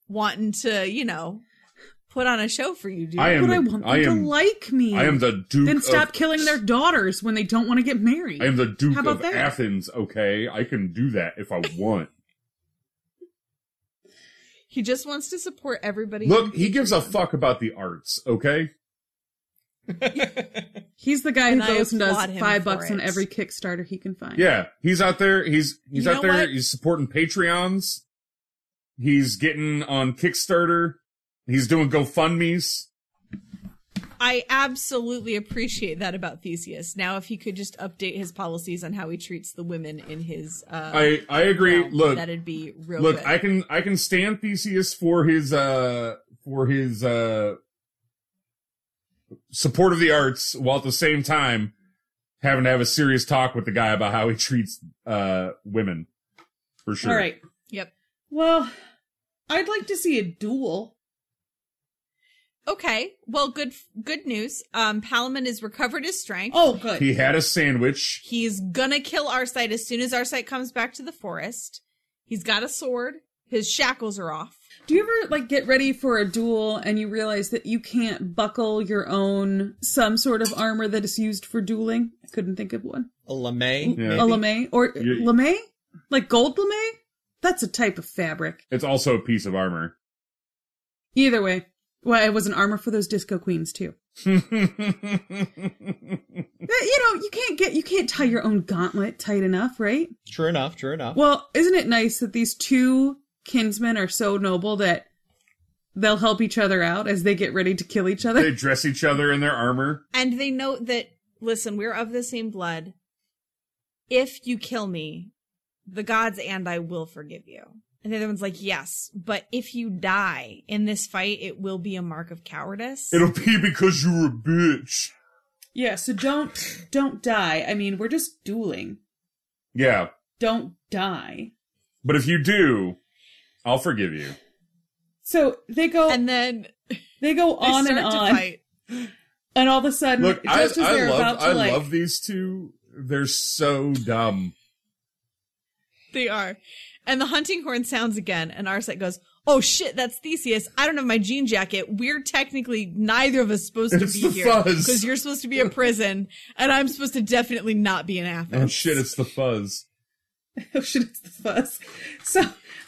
Speaker 2: wanting to, you know, put on a show for you, dude."
Speaker 4: I am
Speaker 3: But
Speaker 4: the,
Speaker 3: I want them
Speaker 4: I am
Speaker 3: to like me.
Speaker 4: I am the duke
Speaker 3: Then
Speaker 4: of-
Speaker 3: stop killing their daughters when they don't want to get married.
Speaker 4: I am the duke
Speaker 3: How about
Speaker 4: of
Speaker 3: that?
Speaker 4: Athens, okay? I can do that if I want.
Speaker 2: he just wants to support everybody.
Speaker 4: Look, he gives a fuck about the arts, okay?
Speaker 3: He's the guy who
Speaker 2: And I
Speaker 3: goes and
Speaker 2: applaud
Speaker 3: does
Speaker 2: him
Speaker 3: five
Speaker 2: for
Speaker 3: bucks on
Speaker 2: it.
Speaker 3: every Kickstarter he can find.
Speaker 4: Yeah, he's out there. He's he's
Speaker 2: You
Speaker 4: out
Speaker 2: know
Speaker 4: there.
Speaker 2: what?
Speaker 4: He's supporting Patreons. He's getting on Kickstarter. He's doing GoFundmes.
Speaker 2: I absolutely appreciate that about Theseus. Now, if he could just update his policies on how he treats the women in his, uh,
Speaker 4: I I agree.
Speaker 2: realm,
Speaker 4: look,
Speaker 2: that'd be real.
Speaker 4: look,
Speaker 2: good.
Speaker 4: I can I can stand Theseus for his uh for his uh support of the arts while at the same time having to have a serious talk with the guy about how he treats uh women. For sure.
Speaker 3: All right.
Speaker 2: Yep.
Speaker 3: Well, I'd like to see a duel.
Speaker 2: Okay. Well, good. Good news. Um, Palamon has recovered his strength.
Speaker 3: Oh, good.
Speaker 4: He had a sandwich.
Speaker 2: He's gonna kill Arcite as soon as Arcite comes back to the forest. He's got a sword. His shackles are off.
Speaker 3: Do you ever like get ready for a duel and you realize that you can't buckle your own some sort of armor that is used for dueling? I couldn't think of one.
Speaker 1: a lame.
Speaker 4: Yeah.
Speaker 3: A lame or
Speaker 4: You-
Speaker 3: lame? Like gold lame? That's a type of fabric.
Speaker 4: It's also a piece of armor.
Speaker 3: Either way, well, it was an armor for those disco queens too.
Speaker 4: That's
Speaker 3: Eh, You know, you can't get you can't tie your own gauntlet tight enough, right?
Speaker 1: True enough. True enough.
Speaker 3: Well, isn't it nice that these two kinsmen are so noble that they'll help each other out as they get ready to kill each other?
Speaker 4: they dress each other in their armor.
Speaker 2: And they note that, listen, we're of the same blood. If you kill me, the gods and I will forgive you. And the other one's like, yes, but if you die in this fight, it will be a mark of cowardice.
Speaker 4: It'll be because you were a bitch.
Speaker 3: Yeah, so don't don't die. I mean, we're just dueling.
Speaker 4: Yeah,
Speaker 3: Don't die.
Speaker 4: but if you do, I'll forgive you.
Speaker 3: So they go
Speaker 2: and then
Speaker 3: they go
Speaker 2: they
Speaker 3: on and
Speaker 2: start to
Speaker 3: on,
Speaker 2: fight.
Speaker 3: and all of a sudden,
Speaker 4: Look, I,
Speaker 3: Mm, just as
Speaker 4: I
Speaker 3: they're
Speaker 4: love
Speaker 3: about to
Speaker 4: I
Speaker 3: like,
Speaker 4: love these two. They're so dumb.
Speaker 2: They are. And the hunting horn sounds again, and Arset goes, Oh shit, that's Theseus. I don't have my jean jacket. We're technically neither of us supposed to
Speaker 4: It's
Speaker 2: be
Speaker 4: the
Speaker 2: here.
Speaker 4: fuzz.
Speaker 2: Because you're supposed to be in prison, and I'm supposed to definitely not be in Athens.
Speaker 4: Oh shit, it's the fuzz.
Speaker 3: oh shit, it's the fuzz. So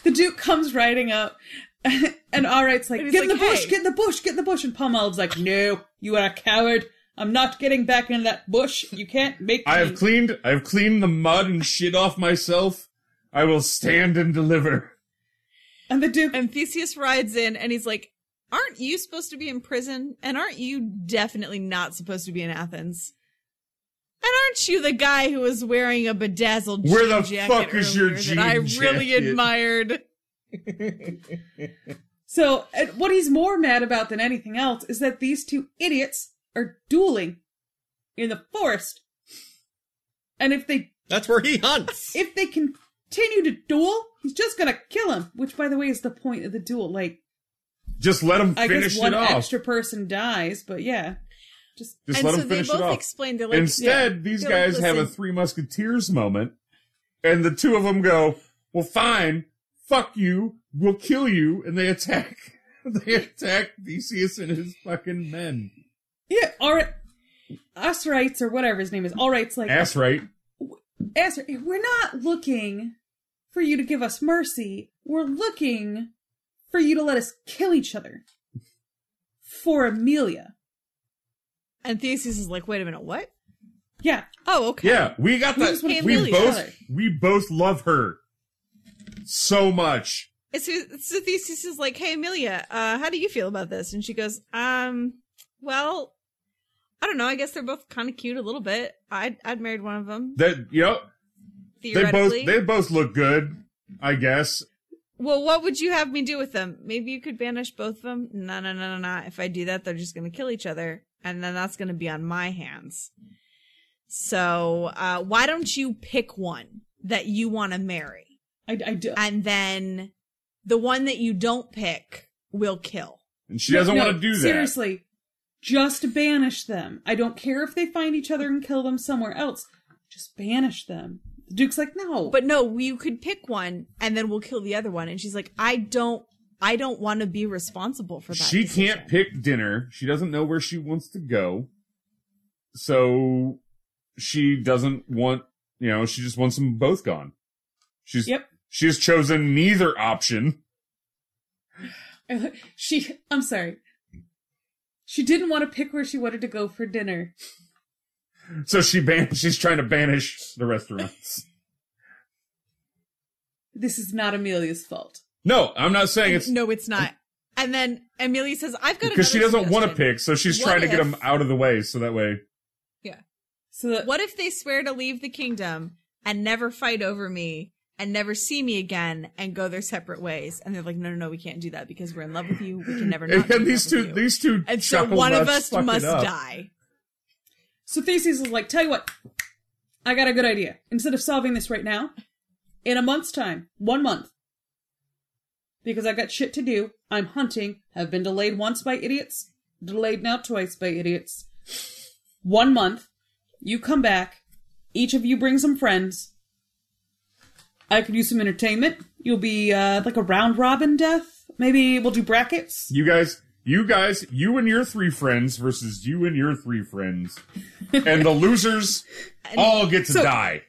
Speaker 3: the Duke comes riding up, and Allright's like,
Speaker 2: And
Speaker 3: get
Speaker 2: he's
Speaker 3: in the
Speaker 2: like,
Speaker 3: bush,
Speaker 2: "Hey."
Speaker 3: get in the bush, get in the bush, and Pommeld's like, no,
Speaker 5: You are a coward. I'm not getting back in that bush. You can't make
Speaker 4: I
Speaker 3: Mm.
Speaker 5: me."
Speaker 4: have cleaned I have cleaned the mud and shit off myself. I will stand and deliver.
Speaker 3: And the Duke
Speaker 2: And Theseus rides in and he's like, Aren't you supposed to be in prison? And aren't you definitely not supposed to be in Athens? And aren't you the guy who was wearing a bedazzled
Speaker 4: Where
Speaker 2: jean
Speaker 4: the
Speaker 2: jacket
Speaker 4: fuck is your
Speaker 2: earlier that I
Speaker 4: jean
Speaker 2: really
Speaker 4: jacket?
Speaker 2: admired?
Speaker 3: So, and what he's more mad about than anything else is that these two idiots are dueling in the forest. And if they
Speaker 1: That's where he hunts.
Speaker 3: if they continue to duel, he's just gonna kill him. Which, by the way, is the point of the duel. Like,
Speaker 4: Just let him
Speaker 3: I
Speaker 4: finish
Speaker 3: guess one
Speaker 4: it off.
Speaker 3: extra person dies, but yeah,
Speaker 4: Just
Speaker 2: and
Speaker 4: let
Speaker 2: so
Speaker 4: him
Speaker 2: they
Speaker 4: finish
Speaker 2: both
Speaker 4: it off.
Speaker 2: explained they're like,
Speaker 4: Instead, these
Speaker 2: They're
Speaker 4: guys
Speaker 2: like,
Speaker 4: have a
Speaker 2: "Listen."
Speaker 4: Three Musketeers moment, and the two of them go, "Well, fine, fuck you, we'll kill you," and they attack. They attack Theseus and his fucking men.
Speaker 3: yeah. All right, us rights or whatever his name is. All right's like
Speaker 4: Ass right.
Speaker 3: As we're not looking for you to give us mercy. We're looking for you to let us kill each other for Amelia.
Speaker 2: And Theseus is like, Wait a minute, what?
Speaker 3: Yeah,
Speaker 2: Oh, okay.
Speaker 4: Yeah, we got
Speaker 3: We
Speaker 4: that.
Speaker 3: just
Speaker 2: wanna
Speaker 4: We
Speaker 2: kill each
Speaker 4: both
Speaker 3: other.
Speaker 4: we both love her so much.
Speaker 2: And So, so Theseus is like, "Hey Amelia, uh, how do you feel about this?" And she goes, "Um, well, I don't know. I guess they're both kind of cute a little bit. I'd I'd married one of them
Speaker 4: That you know, they both
Speaker 2: theoretically.
Speaker 4: they both look good, I guess.
Speaker 2: well, what would you have me do with them? Maybe you could banish both of them. No, no, no, no, no. If I do that, they're just gonna kill each other, and then that's gonna be on my hands. So, uh, why don't you pick one that you want to marry,
Speaker 3: I, I do.
Speaker 2: and then the one that you don't pick will kill."
Speaker 4: And she doesn't
Speaker 3: No,
Speaker 4: want to do that.
Speaker 3: Seriously, just banish them. I don't care if they find each other and kill them somewhere else. Just banish them. The Duke's like, no,
Speaker 2: but no we- you could pick one and then we'll kill the other one and she's like i don't i don't want to be responsible for that
Speaker 4: she
Speaker 2: decision."
Speaker 4: can't pick dinner. She doesn't know where she wants to go. So she doesn't want, you know, she just wants them both gone. She's
Speaker 3: Yep.
Speaker 4: she has chosen neither option.
Speaker 3: she. I'm sorry. She didn't want to pick where she wanted to go for dinner.
Speaker 4: So she ban- she's trying to banish the restaurants.
Speaker 3: This is not Amelia's fault.
Speaker 4: no, I'm not saying it's
Speaker 2: no it's not and then amelia says i've got
Speaker 4: because she
Speaker 2: another
Speaker 4: doesn't want to
Speaker 2: suggestion.
Speaker 4: pick, so she's
Speaker 2: What
Speaker 4: trying to get
Speaker 2: if-
Speaker 4: them out of the way so that way
Speaker 3: So that
Speaker 2: what if they swear to leave the kingdom and never fight over me and never see me again and go their separate ways and they're like no no no we can't do that because we're in love with you we can never not
Speaker 4: and,
Speaker 2: be in
Speaker 4: these
Speaker 2: love with you."
Speaker 4: two these two
Speaker 2: and so
Speaker 4: chuckle
Speaker 2: one of
Speaker 4: nuts
Speaker 2: us
Speaker 4: fuck it
Speaker 2: must
Speaker 4: up.
Speaker 2: die
Speaker 3: So Theseus is like, tell you what, I got a good idea. Instead of solving this right now, in a month's time, one month, because I've got shit to do, I'm hunting, have been delayed once by idiots, delayed now twice by idiots. One month, you come back, each of you bring some friends. I could use some entertainment. You'll be uh, like a round robin death. Maybe we'll do brackets.
Speaker 4: You guys, you guys, you and your three friends versus you and your three friends, and the losers all get to
Speaker 3: so-
Speaker 4: die,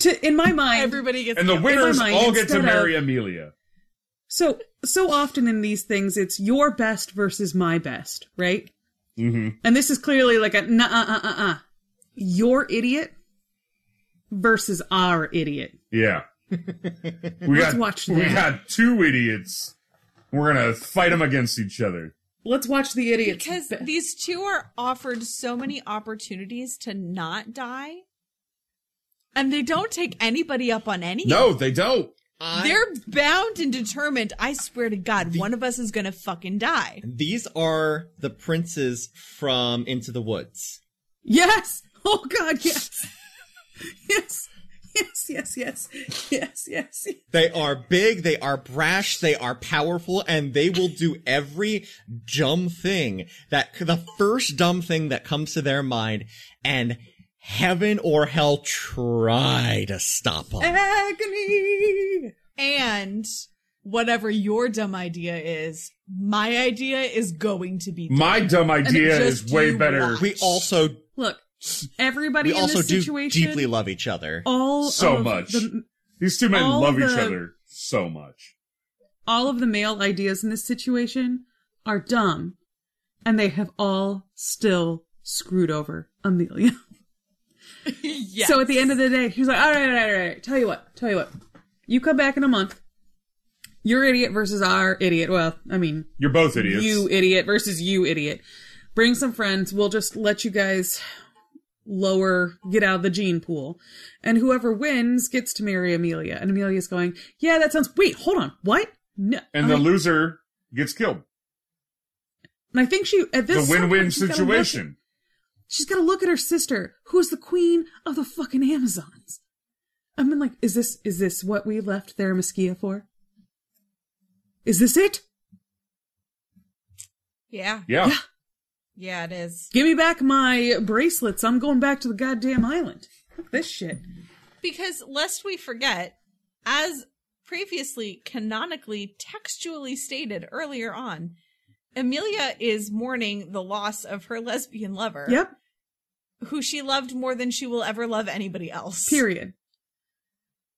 Speaker 3: To, in my mind,
Speaker 2: everybody gets
Speaker 4: and the
Speaker 2: killed.
Speaker 4: winners
Speaker 3: mind,
Speaker 4: all get to
Speaker 3: instead
Speaker 4: marry
Speaker 3: of-
Speaker 4: Amelia.
Speaker 3: So so often in these things, it's your best versus my best, right? Mm-hmm. And this is clearly like a nah uh uh uh uh, your idiot versus our idiot.
Speaker 4: Yeah, we got
Speaker 3: watch
Speaker 4: we
Speaker 3: that.
Speaker 4: got two idiots. We're gonna fight them against each other.
Speaker 3: Let's watch the idiots.
Speaker 2: because
Speaker 3: Be-
Speaker 2: these two are offered so many opportunities to not die and they don't take anybody up on any
Speaker 4: No, they don't.
Speaker 2: they're bound and determined i swear to god one of us is gonna fucking die
Speaker 1: These are the princes from Into the Woods.
Speaker 3: yes. Oh God. Yes. yes. Yes. Yes. Yes. Yes. Yes.
Speaker 1: They are big, they are brash, they are powerful, and they will do every dumb thing that the first dumb thing that comes to their mind, and heaven or hell try to stop them.
Speaker 3: Agony.
Speaker 2: and whatever your dumb idea is my idea is going to be
Speaker 4: My dumb idea
Speaker 2: just
Speaker 4: is way
Speaker 2: you
Speaker 4: better.
Speaker 2: watch.
Speaker 1: We also
Speaker 3: Look, everybody
Speaker 1: we
Speaker 3: in
Speaker 1: also
Speaker 3: this
Speaker 1: do
Speaker 3: situation oh,
Speaker 1: deeply love each other.
Speaker 3: all
Speaker 4: So
Speaker 3: of
Speaker 4: much.
Speaker 3: the-
Speaker 4: These two men
Speaker 3: all
Speaker 4: love each
Speaker 3: the-
Speaker 4: other so much.
Speaker 3: all of the male ideas in this situation are dumb and they have all still screwed over Amelia.
Speaker 2: yes.
Speaker 3: So at the end of the day, she was like, all right, all right, all right. Tell you what, tell you what. You come back in a month. Your idiot versus our idiot. Well, I mean,
Speaker 4: You're both idiots.
Speaker 3: you idiot versus you idiot. Bring some friends. We'll just let you guys lower, get out of the gene pool. And whoever wins gets to marry Amelia. And Amelia's going, yeah, that sounds, wait, hold on. What? No.
Speaker 4: and
Speaker 3: I-
Speaker 4: the loser gets killed.
Speaker 3: and I think she, at this
Speaker 4: the win-win
Speaker 3: point, she's gotta look-
Speaker 4: situation.
Speaker 3: She's got to look at her sister, who is the queen of the fucking Amazons. I mean, like, is this is this what we left Theramaskia for? Is this it?
Speaker 2: yeah.
Speaker 4: Yeah.
Speaker 3: Yeah.
Speaker 2: Yeah, it is.
Speaker 3: Give me back my bracelets. I'm going back to the goddamn island. Fuck this shit.
Speaker 2: Because lest we forget, as previously canonically textually stated earlier on, Amelia is mourning the loss of her lesbian lover,
Speaker 3: Yep.
Speaker 2: who she loved more than she will ever love anybody else.
Speaker 3: Period.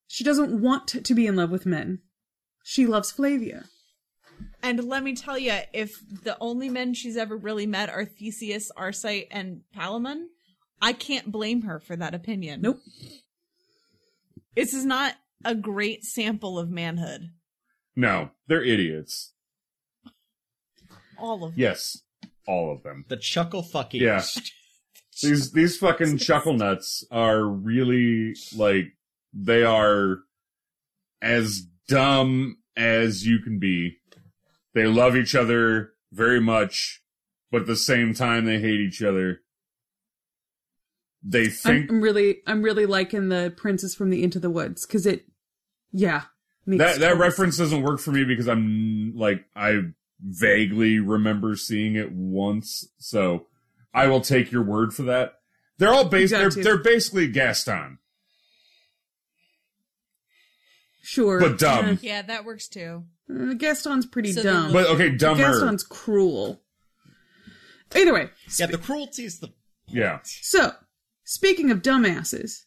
Speaker 3: She doesn't want to be in love with men. She loves Flavia.
Speaker 2: And let me tell you, if the only men she's ever really met are Theseus, Arcite, and Palamon, I can't blame her for that opinion.
Speaker 3: Nope.
Speaker 2: This is not a great sample of manhood.
Speaker 4: No, they're idiots.
Speaker 2: All of them.
Speaker 4: Yes, all of them.
Speaker 1: The chuckle fucking.
Speaker 4: Yeah. These these fucking chuckle nuts are really like they are as dumb as you can be. They love each other very much, but at the same time they hate each other. They
Speaker 3: I'm,
Speaker 4: think
Speaker 3: I'm really, I'm really liking the princess from the Into the Woods because it, yeah, makes
Speaker 4: that that
Speaker 3: total
Speaker 4: reference doesn't work for me because I'm like I vaguely remember seeing it once, so I will take your word for that. They're all based.
Speaker 3: got
Speaker 4: They're,
Speaker 3: to.
Speaker 4: they're basically Gaston,
Speaker 3: sense. Sure,
Speaker 4: but dumb.
Speaker 2: Yeah, that works too.
Speaker 3: Uh, Gaston's pretty
Speaker 2: So they
Speaker 3: dumb.
Speaker 4: But okay, dumber.
Speaker 3: Gaston's cruel. Either way,
Speaker 1: Yeah, the cruelty is the.
Speaker 4: Yeah.
Speaker 3: so speaking of dumbasses,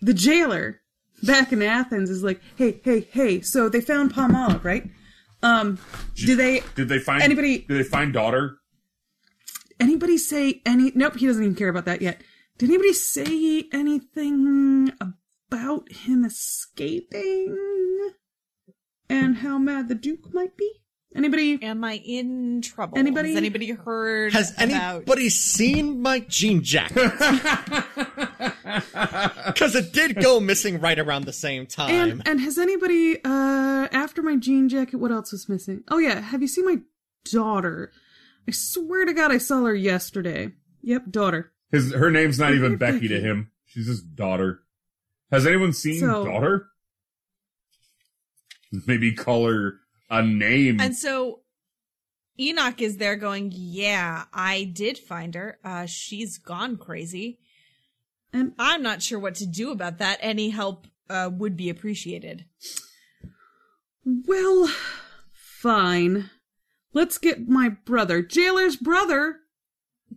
Speaker 3: the jailer back in Athens is like, hey, hey, hey. So they found Palm Olive, right? Um, do they?
Speaker 4: Did they find
Speaker 3: Anybody-
Speaker 4: Did they find daughter?
Speaker 3: Anybody say any? Nope, he doesn't even care about that yet. Did anybody say anything about him escaping and how mad the Duke might be? Anybody?
Speaker 2: Am I in trouble?
Speaker 3: Anybody-
Speaker 2: Has anybody heard
Speaker 1: Has
Speaker 2: about
Speaker 1: anybody seen my jean jacket? Because it did go missing right around the same time.
Speaker 3: And, and has anybody, uh, after my jean jacket, what else was missing? Oh, yeah. Have you seen my daughter? I swear to God, I saw her yesterday. Yep, daughter.
Speaker 4: His her name's not even
Speaker 3: Who's
Speaker 4: Becky to
Speaker 3: Becky?
Speaker 4: him. She's just daughter. Has anyone seen
Speaker 3: So-
Speaker 4: daughter? Maybe call her a name.
Speaker 2: And so Enoch is there going, Yeah, I did find her. Uh, she's gone crazy.
Speaker 3: And
Speaker 2: I'm not sure what to do about that. Any help uh, would be appreciated.
Speaker 3: Well, fine. Let's get my brother, jailer's brother.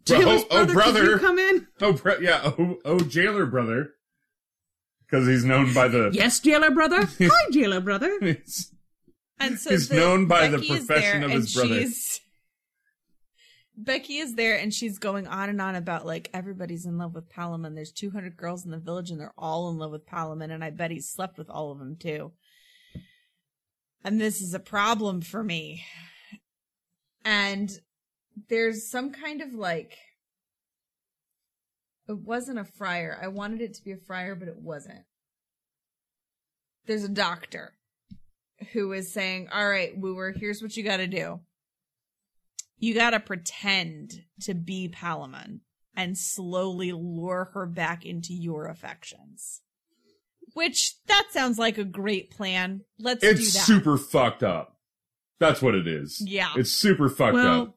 Speaker 4: Bro-
Speaker 3: Jailer's brother,
Speaker 4: oh,
Speaker 3: could
Speaker 4: brother.
Speaker 3: you come in?
Speaker 4: oh, bro- yeah. Oh, oh, jailer brother. Because he's known by the.
Speaker 3: Yes, jailer brother. Hi, jailer brother.
Speaker 4: It's-
Speaker 2: And so
Speaker 4: He's
Speaker 2: the-
Speaker 4: known by the
Speaker 2: Becky is
Speaker 4: profession
Speaker 2: there
Speaker 4: of
Speaker 2: and
Speaker 4: his brother.
Speaker 2: she's- Becky is there and she's going on and on about like everybody's in love with Palamon. There's 200 girls in the village and they're all in love with Palamon, and I bet he slept with all of them too. And this is a problem for me. And there's some kind of like it wasn't a friar. I wanted it to be a friar, but it wasn't. There's a doctor who is saying, All right, wooer, here's what you got to do. You got to pretend to be Palamon and slowly lure her back into your affections. Which that sounds like a great plan. Let's do
Speaker 4: it's
Speaker 2: that.
Speaker 4: super fucked up. That's what it is.
Speaker 2: Yeah.
Speaker 4: It's super fucked up.
Speaker 3: Well,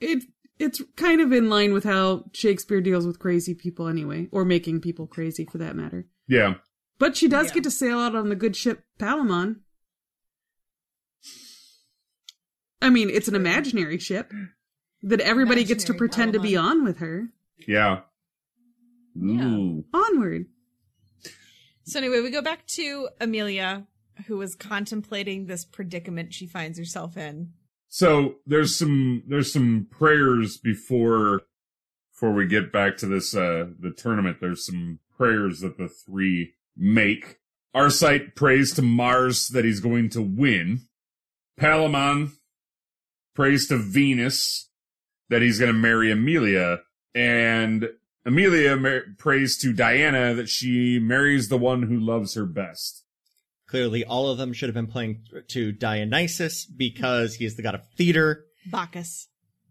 Speaker 3: it it's kind of in line with how Shakespeare deals with crazy people anyway, or making people crazy for that matter.
Speaker 4: Yeah.
Speaker 3: But she does
Speaker 2: Yeah.
Speaker 3: get to sail out on the good ship Palamon. I mean, it's an imaginary ship that everybody gets to
Speaker 2: Imaginary
Speaker 3: pretend to be
Speaker 2: Palamon.
Speaker 3: on with her.
Speaker 4: Yeah. Ooh.
Speaker 3: Onward.
Speaker 2: So anyway, we go back to Amelia, who is contemplating this predicament she finds herself in.
Speaker 4: So there's some there's some prayers before before we get back to this uh the tournament. There's some prayers that the three make. Arcite prays to Mars that he's going to win. Palamon prays to Venus that he's going to marry Amelia, and Amelia mar- prays to Diana that she marries the one who loves her best.
Speaker 1: Clearly, all of them should have been playing to Dionysus because he's the god of theater.
Speaker 2: Bacchus.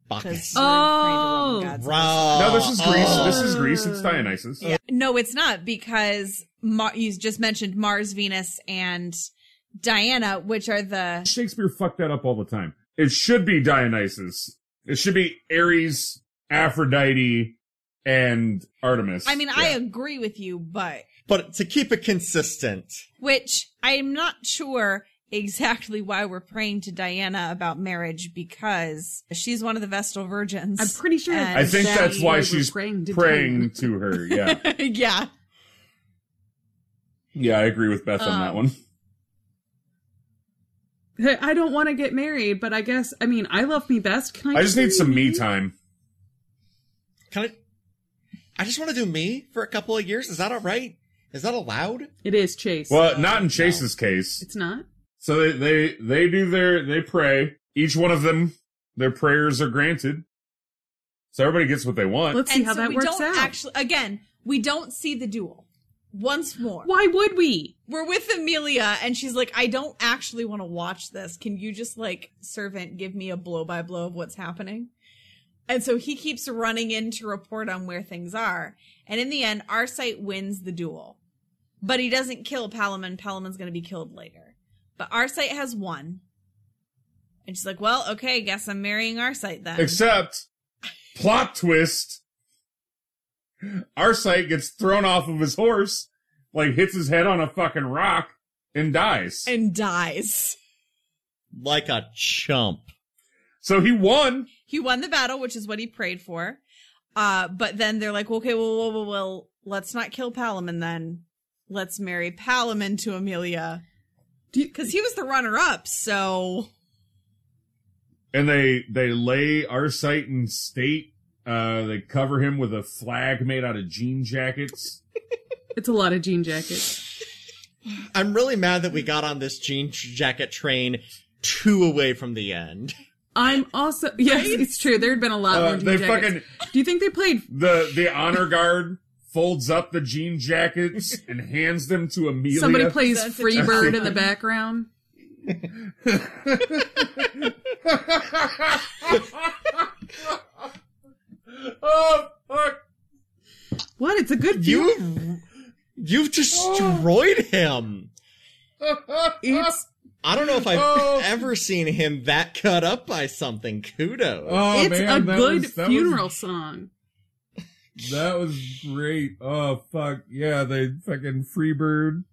Speaker 1: Bacchus.
Speaker 2: 'cause we're praying to Roman
Speaker 5: Oh.
Speaker 2: gods.
Speaker 1: Ra-
Speaker 4: No, this is Greece.
Speaker 1: oh.
Speaker 4: This is Greece. It's Dionysus.
Speaker 2: Yeah. No, it's not because Mar- you just mentioned Mars, Venus, and Diana, which are the
Speaker 4: Shakespeare fucked that up all the time. It should be Dionysus. It should be Ares, Aphrodite, and Artemis.
Speaker 2: I mean, I
Speaker 4: Yeah.
Speaker 2: agree with you, but
Speaker 1: But to keep it consistent,
Speaker 2: which I'm not sure exactly why we're praying to Diana about marriage because she's one of the Vestal Virgins.
Speaker 3: I'm pretty sure.
Speaker 2: And
Speaker 4: I think
Speaker 2: that
Speaker 4: that's
Speaker 3: we
Speaker 4: why
Speaker 3: were
Speaker 4: she's praying
Speaker 3: praying
Speaker 4: to,
Speaker 3: to
Speaker 4: her. Yeah,
Speaker 2: yeah.
Speaker 4: yeah, I agree with Beth on that
Speaker 2: Um,
Speaker 4: one.
Speaker 3: Hey, I don't want to get married, but I guess I mean I love me best. Can I?
Speaker 4: I
Speaker 3: get
Speaker 4: just need some me
Speaker 3: married?
Speaker 4: time.
Speaker 1: can I? I just want to do me for a couple of years. Is that all right? Is that allowed?
Speaker 3: It is Chase.
Speaker 4: Well, not in Chase's case.
Speaker 3: It's not.
Speaker 4: So they they they do their they pray. Each one of them, their prayers are granted. So everybody gets what they want.
Speaker 3: Let's see
Speaker 2: And
Speaker 3: how
Speaker 2: so
Speaker 3: that
Speaker 2: we
Speaker 3: works
Speaker 2: don't
Speaker 3: out.
Speaker 2: actually again, we don't see the duel. Once more.
Speaker 3: Why would we?
Speaker 2: We're with Amelia and she's like, I don't actually want to watch this. Can you just like servant give me a blow by blow of what's happening? And so he keeps running in to report on where things are. And in the end, Arcite wins the duel. But he doesn't kill Palamon. Palamon's gonna be killed later. But Arcite has won. And she's like, Well, okay, guess I'm marrying Arcite then.
Speaker 4: Except, plot twist. Arcite gets thrown off of his horse, like hits his head on a fucking rock, and dies.
Speaker 2: and dies.
Speaker 1: Like a chump.
Speaker 4: so he won.
Speaker 2: he won the battle, which is what he prayed for. Uh, but then they're like, okay, well, well, well, well let's not kill Palamon then. Let's marry Palamon to Amelia
Speaker 3: Do you,
Speaker 2: because he was the runner-up. So
Speaker 4: And they they lay Arcite in state. Uh, they cover him with a flag made out of jean jackets.
Speaker 3: it's a lot of jean jackets.
Speaker 1: I'm really mad that we got on this jean jacket train two away from the end.
Speaker 3: I'm also yes, it's true. There had been a lot
Speaker 4: Uh,
Speaker 3: more jean
Speaker 4: they
Speaker 3: jackets.
Speaker 4: fucking
Speaker 3: Do you think they played?
Speaker 4: the the honor guard folds up the jean jackets and hands them to Amelia.
Speaker 3: Somebody plays
Speaker 2: That's a
Speaker 3: Freebird in
Speaker 2: trend.
Speaker 3: the background.
Speaker 4: oh fuck!
Speaker 3: What? It's a good view.
Speaker 2: um,
Speaker 1: You, you've destroyed him.
Speaker 3: It's
Speaker 1: I don't know if I've
Speaker 4: Oh.
Speaker 1: ever seen him that cut up by something. Kudos.
Speaker 4: Oh,
Speaker 3: it's
Speaker 4: man,
Speaker 3: a
Speaker 4: that
Speaker 3: good
Speaker 4: was- that was-
Speaker 3: funeral song.
Speaker 4: That was great. Oh fuck yeah! They fucking freebird.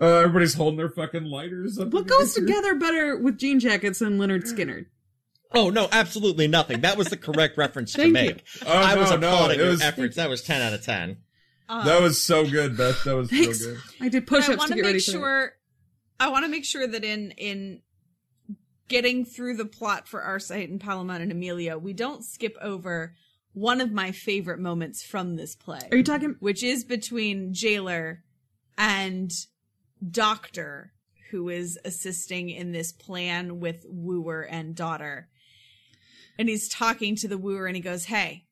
Speaker 4: Uh, everybody's holding their fucking lighters up.
Speaker 3: What goes
Speaker 4: against her.
Speaker 3: together better with jean jackets than Leonard Skinner?
Speaker 1: oh no, absolutely nothing. That was the correct reference to
Speaker 3: Thank
Speaker 1: make.
Speaker 4: Oh,
Speaker 1: I was
Speaker 4: no, no,
Speaker 1: applauding
Speaker 4: it
Speaker 1: your
Speaker 4: was-
Speaker 1: efforts. That was ten out of ten.
Speaker 2: um,
Speaker 4: That was so good, Beth. That was so
Speaker 3: Thanks.
Speaker 4: good.
Speaker 3: I did
Speaker 2: I
Speaker 3: push-ups
Speaker 2: want to
Speaker 3: to get ready
Speaker 2: make
Speaker 3: for that.
Speaker 2: sure. I want to make sure that in in getting through the plot for Arcite and Palamon and Amelia, we don't skip over one of my favorite moments from this play.
Speaker 3: Are you talking?
Speaker 2: which is between jailer and doctor who is assisting in this plan with wooer and daughter and he's talking to the wooer and he goes hey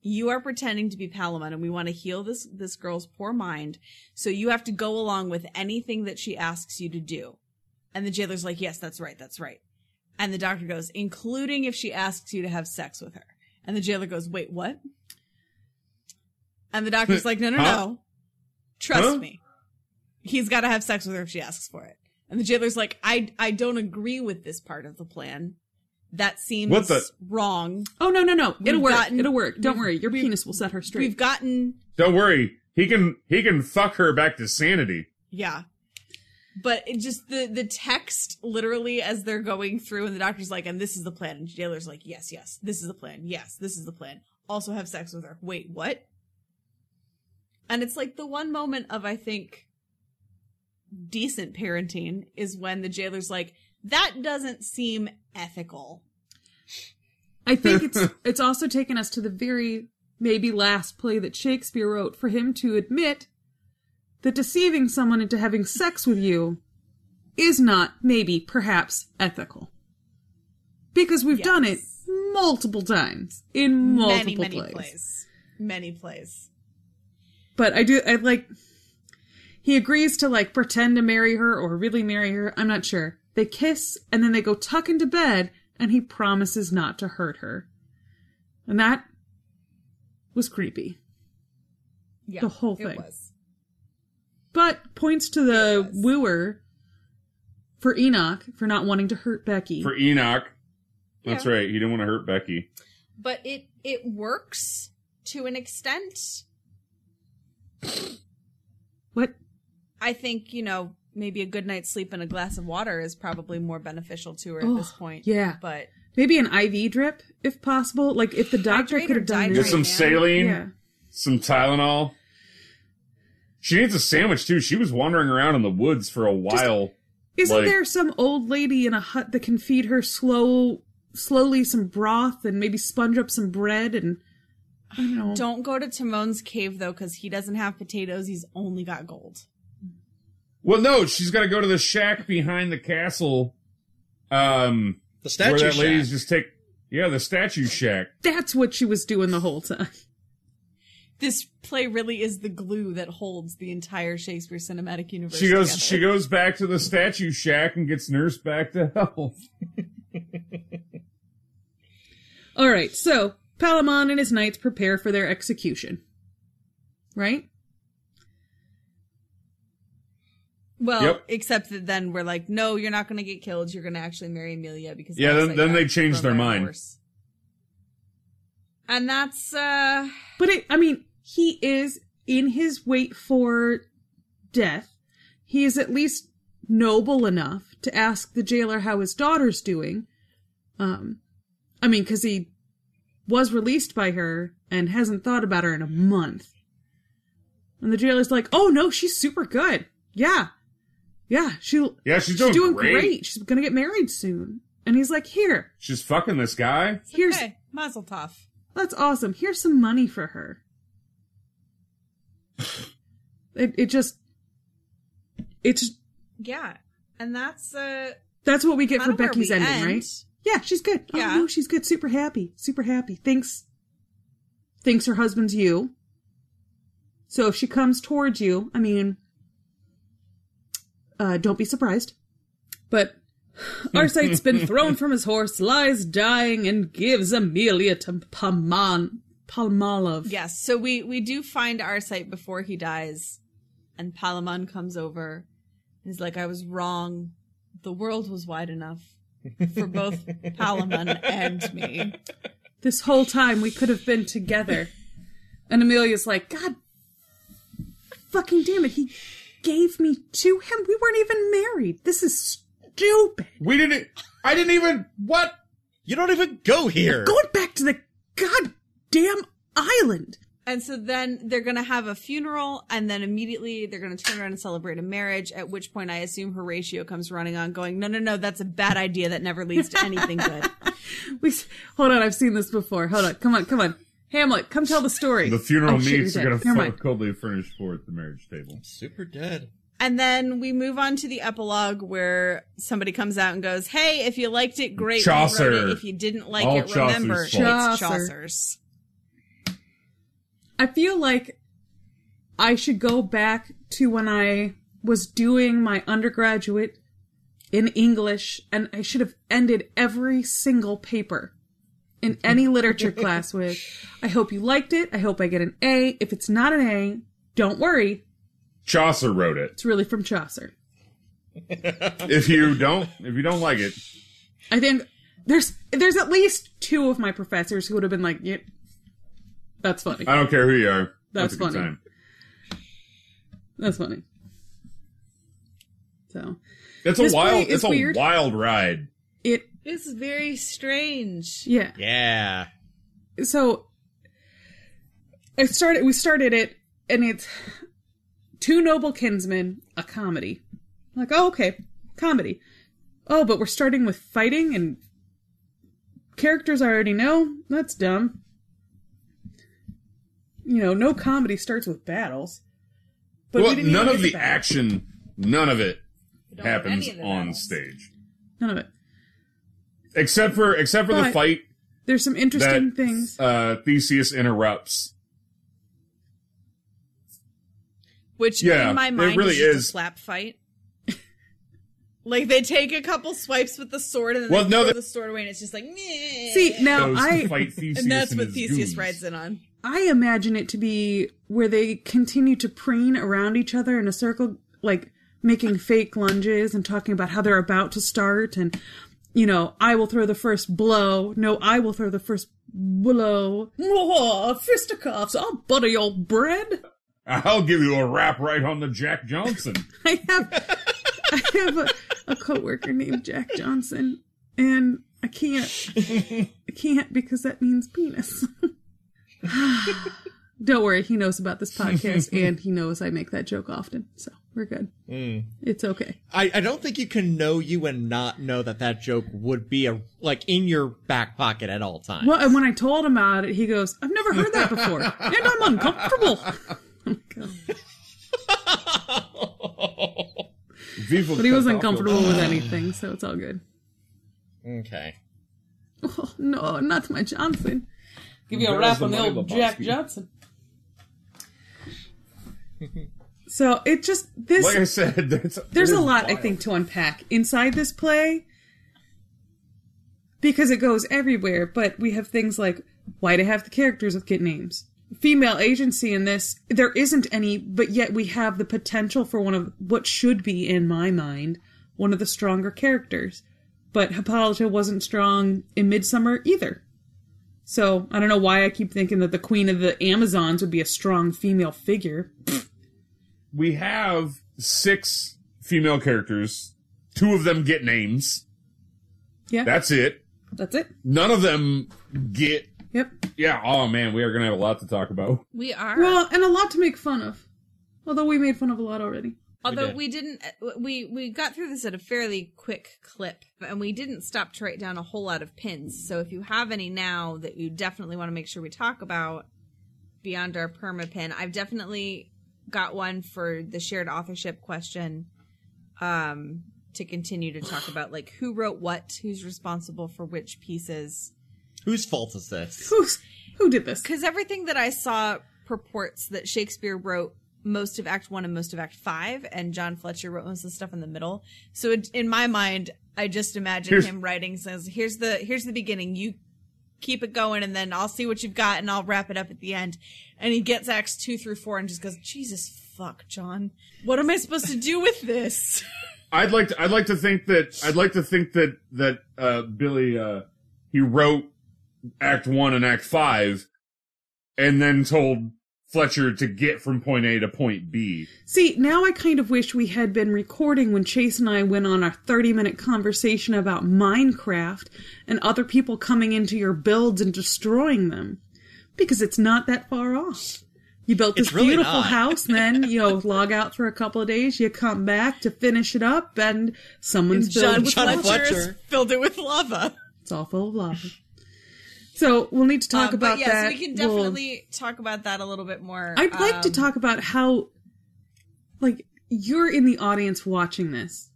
Speaker 2: you are pretending to be palamon and we want to heal this this girl's poor mind so you have to go along with anything that she asks you to do and the jailer's like yes that's right that's right and the doctor goes including if she asks you to have sex with her and the jailer goes wait what and the doctor's like no no
Speaker 4: Huh?
Speaker 2: no trust
Speaker 4: Huh?
Speaker 2: me he's got to have sex with her if she asks for it and the jailer's like i i don't agree with this part of the plan that seems
Speaker 4: What the-
Speaker 2: wrong
Speaker 3: Oh no, no, no! It'll
Speaker 2: We've
Speaker 3: work.
Speaker 2: gotten-
Speaker 3: It'll work. Don't
Speaker 2: we've-
Speaker 3: worry. Your penis will set her straight.
Speaker 2: we've gotten
Speaker 4: Don't worry, he can he can fuck her back to sanity.
Speaker 2: Yeah. But it just the the text literally as they're going through and the doctor's like, and this is the plan. And Jailer's like, yes, yes, this is the plan. Yes, this is the plan. Also have sex with her. Wait, what? And it's like the one moment of I think decent parenting is when the jailer's like, That doesn't seem ethical.
Speaker 3: I think it's it's also taken us to the very maybe last play that Shakespeare wrote for him to admit that deceiving someone into having sex with you is not maybe perhaps ethical. Because we've done it
Speaker 2: Yes.
Speaker 3: multiple times in multiple
Speaker 2: many, many
Speaker 3: plays.
Speaker 2: plays. Many plays.
Speaker 3: But I do I like he agrees to like pretend to marry her or really marry her, I'm not sure. They kiss and then they go tuck into bed and he promises not to hurt her. And that was creepy.
Speaker 2: Yeah,
Speaker 3: The whole thing.
Speaker 2: It was.
Speaker 3: But points to the
Speaker 2: It was.
Speaker 3: wooer for Enoch for not wanting to hurt Becky.
Speaker 4: For Enoch. That's
Speaker 2: Yeah.
Speaker 4: right. He didn't want to hurt Becky.
Speaker 2: But it it works to an extent.
Speaker 3: what?
Speaker 2: I think you know maybe a good night's sleep and a glass of water is probably more beneficial to her
Speaker 3: Oh,
Speaker 2: at this point.
Speaker 3: yeah.
Speaker 2: but
Speaker 3: Maybe an IV drip if possible. Like if the doctor
Speaker 2: Hydrate
Speaker 3: could
Speaker 2: or
Speaker 3: have done
Speaker 2: dihydrate,
Speaker 4: Get
Speaker 3: this.
Speaker 4: some
Speaker 2: man.
Speaker 4: saline,
Speaker 3: Yeah.
Speaker 4: some Tylenol. She needs a sandwich too. She was wandering around in the woods for a while.
Speaker 3: Isn't
Speaker 4: Like-
Speaker 3: there some old lady in a hut that can feed her slow, slowly some broth and maybe sponge up some bread and I don't know.
Speaker 2: don't go to Timon's cave though because he doesn't have potatoes. He's only got gold.
Speaker 4: Well, no, she's got to go to the shack behind the castle. Um,
Speaker 1: The
Speaker 4: where
Speaker 1: statue
Speaker 4: that lady's
Speaker 1: shack.
Speaker 4: just take. Yeah, the statue shack.
Speaker 3: That's what she was doing the whole time.
Speaker 2: This play really is the glue that holds the entire Shakespeare cinematic universe.
Speaker 4: She goes.
Speaker 2: together.
Speaker 4: She goes back to the statue shack and gets nursed back to health.
Speaker 3: All right, so Palamon and his knights prepare for their execution. Right?
Speaker 2: Well,
Speaker 4: Yep.
Speaker 2: except that then we're like, no, you're not going to get killed. You're going to actually marry Amelia because
Speaker 4: Yeah, then-
Speaker 2: Elsa
Speaker 4: then
Speaker 2: got
Speaker 4: they changed their
Speaker 2: Romare
Speaker 4: mind.
Speaker 2: Horse. And that's uh
Speaker 3: But it, I mean, he is in his wait for death. He is at least noble enough to ask the jailer how his daughter's doing. Um, I mean, because he was released by her and hasn't thought about her in a month. And the jailer's like, "Oh no, she's super good. Yeah, yeah, she
Speaker 4: Yeah, she's,
Speaker 3: she's doing
Speaker 4: great.
Speaker 3: great. She's gonna get married soon." And he's like, "Here,
Speaker 4: She's fucking this guy.
Speaker 2: it's
Speaker 3: Here's-
Speaker 2: okay. Mazel Tov.
Speaker 3: That's awesome. Here's some money for her. it it just it's
Speaker 2: Yeah. And that's uh
Speaker 3: that's what we get
Speaker 2: kind
Speaker 3: for
Speaker 2: of where
Speaker 3: Becky's
Speaker 2: we
Speaker 3: ending,
Speaker 2: end.
Speaker 3: right? Yeah, she's good.
Speaker 2: Yeah.
Speaker 3: Oh no, she's good. Super happy. Super happy. Thinks thinks her husband's you. So if she comes towards you, I mean uh don't be surprised. But Arcite's been thrown from his horse, lies dying, and gives Amelia to Palman Palmalov.
Speaker 2: Yes. So we we do find our site before he dies, and Palamon comes over and is like, "I was wrong. The world was wide enough for both Palamon and me."
Speaker 3: This whole time we could have been together. And Amelia's like, God fucking damn it, he gave me to him. We weren't even married. This is stupid.
Speaker 4: We didn't. I didn't even. What?
Speaker 1: You don't even go here.
Speaker 3: Going back to the goddamn island.
Speaker 2: And so then they're going to have a funeral, and then immediately they're going to turn around and celebrate a marriage. At which point, I assume Horatio comes running on, going, "No, no, no! That's a bad idea. That never leads to anything good."
Speaker 3: We s- hold on, I've seen this before. Hold on, come on, come on. Hamlet, come tell the story.
Speaker 4: The funeral
Speaker 3: Oh, shit,
Speaker 4: meats
Speaker 3: you're
Speaker 4: are gonna
Speaker 3: dead. Never mind.
Speaker 4: fuck coldly furnished for at the marriage table.
Speaker 1: Super dead.
Speaker 2: And then we move on to the epilogue where somebody comes out and goes, "Hey, if you liked it, great. we wrote
Speaker 4: Chaucer.
Speaker 2: it. If you didn't like
Speaker 4: All
Speaker 2: it, remember
Speaker 4: Chaucer's
Speaker 3: fault.
Speaker 2: it's
Speaker 3: Chaucer.
Speaker 2: Chaucer's."
Speaker 3: I feel like I should go back to when I was doing my undergraduate in English, and I should have ended every single paper in any literature class with I hope you liked it. I hope I get an A. If it's not an A, don't worry.
Speaker 4: Chaucer wrote it.
Speaker 3: It's really from Chaucer.
Speaker 4: If you don't, if you don't like it,
Speaker 3: I think there's there's at least two of my professors who would have been like, yeah, that's funny.
Speaker 4: I don't care who you are.
Speaker 3: That's
Speaker 4: a good
Speaker 3: funny.
Speaker 4: time.
Speaker 3: That's funny. So
Speaker 4: It's a
Speaker 3: This play
Speaker 4: wild.
Speaker 3: is
Speaker 4: It's a
Speaker 3: weird.
Speaker 4: wild ride.
Speaker 3: it
Speaker 2: It's very strange.
Speaker 3: yeah.
Speaker 1: Yeah.
Speaker 3: so I started we started it and it's two noble kinsmen, a comedy. Like, oh okay, comedy. oh, but we're starting with fighting and characters I already know? That's dumb. You know, no comedy starts with battles. But we
Speaker 4: well,
Speaker 3: didn't even
Speaker 4: none
Speaker 3: get
Speaker 4: of
Speaker 3: to
Speaker 4: the
Speaker 3: battles.
Speaker 4: action, none of it
Speaker 2: We don't have
Speaker 4: happens
Speaker 2: any of the
Speaker 4: on
Speaker 2: battles.
Speaker 4: stage,
Speaker 3: None of it.
Speaker 4: except for except for the
Speaker 3: But-
Speaker 4: fight
Speaker 3: There's some interesting
Speaker 4: that
Speaker 3: things.
Speaker 4: uh, Theseus interrupts.
Speaker 6: Which
Speaker 4: Yeah,
Speaker 6: in my
Speaker 4: it
Speaker 6: mind
Speaker 4: really
Speaker 6: is, just
Speaker 4: is.
Speaker 6: a slap fight. like they take a couple swipes with the sword and then
Speaker 4: Well,
Speaker 6: they
Speaker 4: no,
Speaker 6: throw
Speaker 4: that-
Speaker 6: the sword away, and it's just like meh.
Speaker 3: See, now
Speaker 4: Goes to
Speaker 3: I
Speaker 4: fight Theseus
Speaker 6: and that's what
Speaker 4: his
Speaker 6: Theseus
Speaker 4: goons.
Speaker 6: rides in on.
Speaker 3: I imagine it to be where they continue to preen around each other in a circle, like making fake lunges and talking about how they're about to start and, you know, I will throw the first blow. No, I will throw the first blow. More fisticuffs. I'll butter your bread.
Speaker 4: I'll give you a rap right on the Jack Johnson.
Speaker 3: I have I have a, a coworker named Jack Johnson, and I can't I can't because that means penis. Don't worry, he knows about this podcast, and he knows I make that joke often, so we're good. It's okay.
Speaker 1: I, I don't think you can know you and not know that that joke would be a like in your back pocket at all times.
Speaker 3: Well, and when I told him about it, he goes, "I've never heard that before, and I'm uncomfortable." Oh, God. But he was uncomfortable with anything, so it's all good.
Speaker 1: Okay.
Speaker 3: Oh, no, not my Johnson.
Speaker 7: Give you a
Speaker 4: There's
Speaker 7: rap
Speaker 4: the
Speaker 7: on the
Speaker 4: money,
Speaker 7: old
Speaker 4: Lebowski.
Speaker 7: Jack Johnson.
Speaker 3: So it just this
Speaker 4: Like I said, that's,
Speaker 3: there's a lot I think to unpack inside this play because it goes everywhere. But we have things like why to have the characters with kid names, female agency in this. There isn't any, but yet we have the potential for one of what should be, in my mind, one of the stronger characters. But Hippolyta wasn't strong in Midsummer either. So I don't know why I keep thinking that the Queen of the Amazons would be a strong female figure.
Speaker 4: we have six female characters. Two of them get names.
Speaker 3: Yeah.
Speaker 4: That's it.
Speaker 3: That's it.
Speaker 4: None of them get.
Speaker 3: Yep.
Speaker 4: Yeah. Oh man, we are gonna have a lot to talk about.
Speaker 2: We are.
Speaker 3: Well, and a lot to make fun of. Although we made fun of a lot already.
Speaker 2: Although
Speaker 1: did.
Speaker 2: we, didn't, uh, we we got through this at a fairly quick clip, and we didn't stop to write down a whole lot of pins. So if you have any now that you definitely want to make sure we talk about beyond our perma pin, I've definitely got one for the shared authorship question. Um, to continue to talk about like who wrote what, who's responsible for which pieces,
Speaker 1: Whose fault is this?
Speaker 3: Who's, who did this?
Speaker 2: because everything that I saw purports that Shakespeare wrote most of Act One and most of Act Five, and John Fletcher wrote most of the stuff in the middle. So it, in my mind, I just imagine
Speaker 4: Here's-
Speaker 2: him writing says, "Here's the here's the beginning. You keep it going, and then I'll see what you've got, and I'll wrap it up at the end." And he gets Acts two through four, and just goes, "Jesus fuck, John, what am I supposed to do with this?"
Speaker 4: I'd like to. I'd like to think that. I'd like to think that that uh, Billy uh, he wrote Act One and Act Five, and then told Fletcher to get from point A to point B.
Speaker 3: See, now I kind of wish we had been recording when Chase and I went on our 30 minute conversation about Minecraft and other people coming into your builds and destroying them. Because it's not that far off. You built this
Speaker 1: It's really
Speaker 3: beautiful
Speaker 1: not.
Speaker 3: house, then you know, log out for a couple of days, you come back to finish it up, and someone's build
Speaker 2: John,
Speaker 3: was
Speaker 1: John
Speaker 2: Fletcher
Speaker 1: Fletcher.
Speaker 2: filled it with lava.
Speaker 3: It's all full of lava. So we'll need to talk
Speaker 2: Um,
Speaker 3: about
Speaker 2: but yes,
Speaker 3: that.
Speaker 2: we can
Speaker 3: We'll-
Speaker 2: definitely talk about that a little bit more.
Speaker 3: I'd like to
Speaker 2: um,
Speaker 3: talk about how, like, you're in the audience watching this.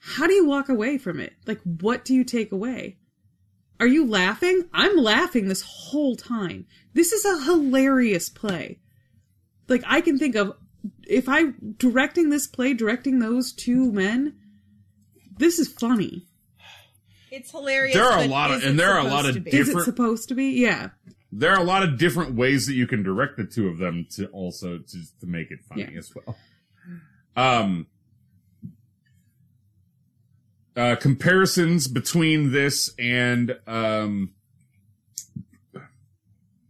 Speaker 3: How do you walk away from it? Like, what do you take away? Are you laughing? I'm laughing this whole time. This is a hilarious play. Like, I can think of if I directing this play, directing those two men, this is funny.
Speaker 2: It's hilarious.
Speaker 4: There are a
Speaker 2: but
Speaker 4: lot of-
Speaker 2: is
Speaker 4: and
Speaker 2: it
Speaker 4: there are a
Speaker 2: supposed
Speaker 4: lot of
Speaker 2: to be?
Speaker 3: Is it
Speaker 4: Different-
Speaker 3: supposed to be? Yeah.
Speaker 4: There are a lot of different ways that you can direct the two of them to also to, to make it funny
Speaker 3: Yeah.
Speaker 4: as well. Um, uh, comparisons between this and um,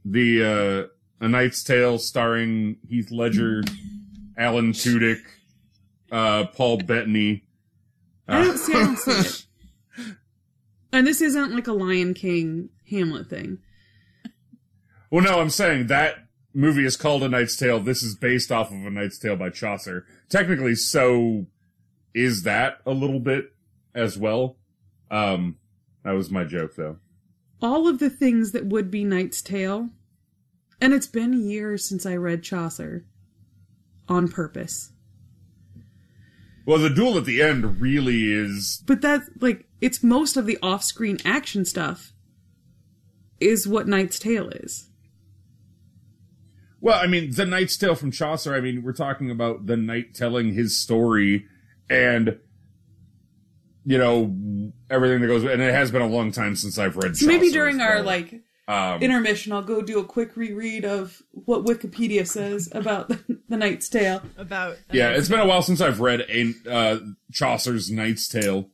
Speaker 4: the uh, A Knight's Tale, starring Heath Ledger, Alan Tudyk, uh, Paul Bettany.
Speaker 3: I don't see. I don't see it. And this isn't like a Lion King Hamlet thing.
Speaker 4: Well, no, I'm saying that movie is called A Knight's Tale. This is based off of A Knight's Tale by Chaucer. Technically, so is that a little bit as well. Um, that was my joke though.
Speaker 3: all of the things that would be Knight's Tale. And it's been years since I read Chaucer on purpose.
Speaker 4: Well, the duel at the end really is
Speaker 3: But that's like, it's most of the off screen action stuff is what Knight's Tale is.
Speaker 4: Well, I mean, the Knight's Tale from Chaucer, I mean, we're talking about the knight telling his story and you know everything that goes and it has been a long time since I've read
Speaker 3: So maybe
Speaker 4: Chaucer,
Speaker 3: during our
Speaker 4: so,
Speaker 3: like
Speaker 4: um,
Speaker 3: intermission, I'll go do a quick reread of what Wikipedia says about the, the Knight's Tale.
Speaker 8: about
Speaker 2: uh,
Speaker 4: Yeah, it's been a while since I've read a uh, Chaucer's Knight's Tale.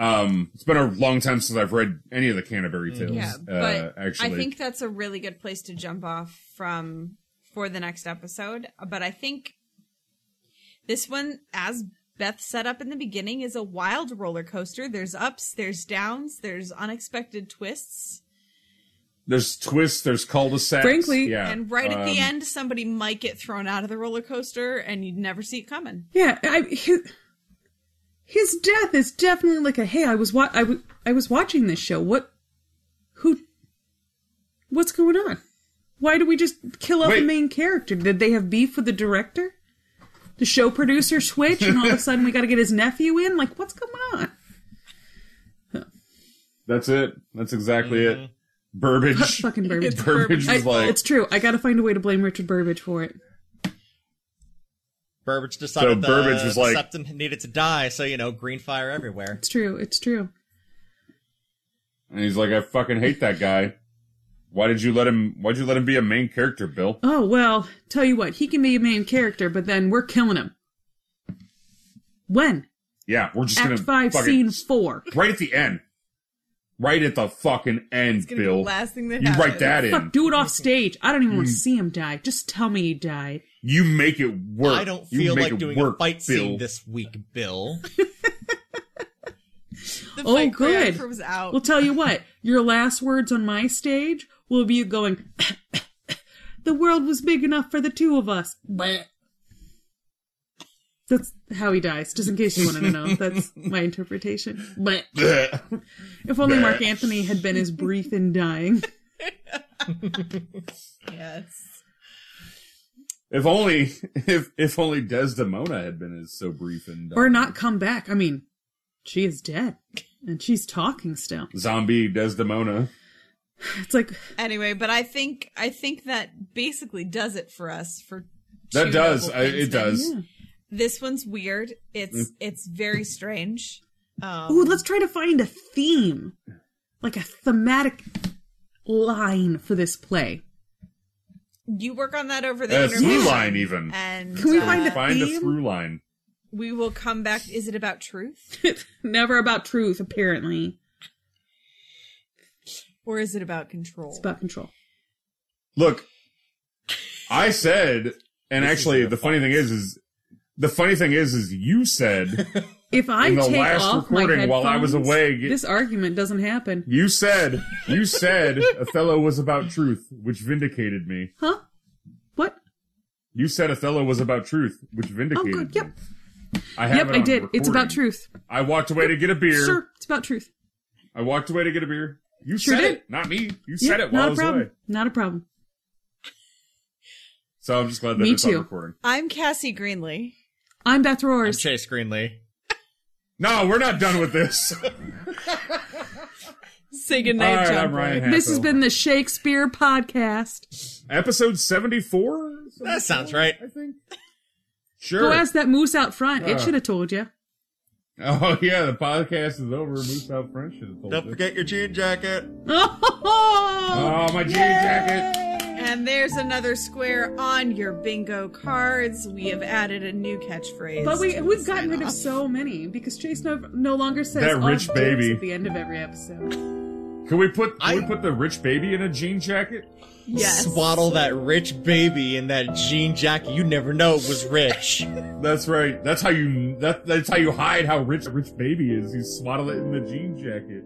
Speaker 4: Um, it's been a long time since I've read any of the Canterbury Tales.
Speaker 2: Mm. Yeah,
Speaker 4: uh,
Speaker 2: but
Speaker 4: actually,
Speaker 2: I think that's a really good place to jump off from for the next episode. But I think this one, as Beth set up in the beginning, is a wild roller coaster. There's ups, there's downs, there's unexpected twists,
Speaker 4: there's twists, there's cul-de-sacs.
Speaker 3: Frankly,
Speaker 4: yeah,
Speaker 2: and right at the
Speaker 4: um,
Speaker 2: end, somebody might get thrown out of the roller coaster, and you'd never see it coming.
Speaker 3: Yeah, I, his, his death is definitely like a hey, I was wa- I, w- I was watching this show. What, who, what's going on? Why do we just kill off the
Speaker 4: Wait.
Speaker 3: main character? Did they have beef with the director? The show producer switch, and all of a sudden we got to get his nephew in. Like, what's going on?
Speaker 4: That's it. That's exactly it. Burbage.
Speaker 3: Fucking Burbage.
Speaker 4: Burbage
Speaker 3: I-
Speaker 4: is like
Speaker 3: it's true. I got to find a way to blame Richard Burbage for it.
Speaker 1: Burbage decided
Speaker 4: So
Speaker 1: the
Speaker 4: Burbage was like-
Speaker 1: septum needed to die, so you know, green fire everywhere.
Speaker 3: It's true. It's true.
Speaker 4: And he's like, I fucking hate that guy. Why did you let him? Why'd you let him be a main character, Bill?
Speaker 3: Oh well, tell you what, he can be a main character, but then we're killing him. When?
Speaker 4: Yeah, we're just
Speaker 3: Act
Speaker 4: gonna
Speaker 3: five, scene
Speaker 4: fucking,
Speaker 3: four.
Speaker 4: right at the end, right at the fucking end,
Speaker 2: It's gonna be
Speaker 4: Bill.
Speaker 2: the last thing that
Speaker 4: you
Speaker 2: happens.
Speaker 4: write that in.
Speaker 3: Fuck, do it off stage. I don't even
Speaker 4: Hmm.
Speaker 3: want to see him die. Just tell me he died.
Speaker 4: You make it work.
Speaker 1: I don't
Speaker 4: You
Speaker 1: feel
Speaker 4: make
Speaker 1: like
Speaker 4: it
Speaker 1: doing
Speaker 4: work,
Speaker 1: a fight
Speaker 4: Bill.
Speaker 1: scene this week, Bill.
Speaker 2: The
Speaker 3: Oh,
Speaker 2: fight
Speaker 3: good.
Speaker 2: choreographer was out.
Speaker 3: Well, tell you what, your last words on my stage will be you going, the world was big enough for the two of us. Bleh. That's how he dies, just in case you wanted to know. That's my interpretation. But if only Mark Anthony had been as brief in dying.
Speaker 2: yes.
Speaker 4: If only, if if only Desdemona had been as so brief and uh,
Speaker 3: Or not come back. I mean, she is dead. And she's talking still.
Speaker 4: zombie Desdemona.
Speaker 3: It's like
Speaker 2: Anyway, but I think I think that basically does it for us. For
Speaker 4: That
Speaker 2: two
Speaker 4: does,
Speaker 2: noble
Speaker 4: I,
Speaker 2: things
Speaker 4: it
Speaker 2: that
Speaker 4: does. Mm.
Speaker 2: this one's weird it's it's very strange um
Speaker 3: Ooh, let's try to find a theme, like a thematic line for this play.
Speaker 2: you work on that over
Speaker 4: A
Speaker 2: there
Speaker 4: through line, even.
Speaker 2: and
Speaker 3: Can we
Speaker 2: uh,
Speaker 3: find a
Speaker 4: Find a
Speaker 3: theme?
Speaker 4: through line.
Speaker 2: we will come back is it about truth
Speaker 3: Never about truth, apparently.
Speaker 2: or is it about control
Speaker 3: It's about control.
Speaker 4: Look, I said, and actually, the funny thing is, is the funny thing is, is you said,
Speaker 3: If I
Speaker 4: In the
Speaker 3: take
Speaker 4: last
Speaker 3: off my
Speaker 4: recording while I was
Speaker 3: headphones,
Speaker 4: away, you-
Speaker 3: this argument doesn't happen,
Speaker 4: you said, you said, Othello was about truth, which vindicated me.
Speaker 3: huh? What?
Speaker 4: You said Othello was about truth, which
Speaker 3: Oh,
Speaker 4: vindicated
Speaker 3: good.
Speaker 4: me.
Speaker 3: Yep.
Speaker 4: I have
Speaker 3: Yep.
Speaker 4: it
Speaker 3: I
Speaker 4: on
Speaker 3: did. It's about
Speaker 4: recording.
Speaker 3: truth.
Speaker 4: I walked away to get a beer.
Speaker 3: Sure. It's about truth.
Speaker 4: I walked away to get a beer. You
Speaker 3: Sure
Speaker 4: said
Speaker 3: did.
Speaker 4: it, not me. You
Speaker 3: Yep,
Speaker 4: said it while I
Speaker 3: Not a
Speaker 4: was
Speaker 3: problem.
Speaker 4: away.
Speaker 3: Not a problem.
Speaker 4: So I'm just glad that
Speaker 3: Me
Speaker 4: it's
Speaker 3: too.
Speaker 4: on recording.
Speaker 2: i'm cassie greenley
Speaker 3: I'm Beth
Speaker 1: I'm
Speaker 3: Roars.
Speaker 1: Chase Greenlee.
Speaker 4: No, we're not done with this. All
Speaker 2: say goodnight
Speaker 4: right,
Speaker 2: John
Speaker 4: I'm Ryan.
Speaker 3: This has
Speaker 4: Hassel.
Speaker 3: been the Shakespeare podcast.
Speaker 4: episode 74.
Speaker 1: That sounds right.
Speaker 4: I think. Sure.
Speaker 3: Go ask that moose out front.
Speaker 4: Uh.
Speaker 3: It should have told you.
Speaker 4: oh yeah, the podcast is over. Moose out French should have told
Speaker 1: Don't
Speaker 4: you.
Speaker 1: forget your jean jacket.
Speaker 4: Oh, my jean jacket.
Speaker 2: and there's another square on your bingo cards we have added a new catchphrase
Speaker 3: But we
Speaker 2: to the
Speaker 3: we've gotten rid of
Speaker 2: sign-off.
Speaker 3: so many because Chase no, no longer says
Speaker 4: That
Speaker 3: "Oh,
Speaker 4: rich
Speaker 3: dicks"
Speaker 4: baby.
Speaker 3: at the end of every episode.
Speaker 4: Can we put can
Speaker 1: I-
Speaker 4: we put the rich baby in a jean jacket?
Speaker 2: yes
Speaker 1: Swaddle that rich baby in that jean jacket. You never know it was rich.
Speaker 4: That's right. That's how you. That, that's how you hide how rich rich baby is. You swaddle it in the jean jacket.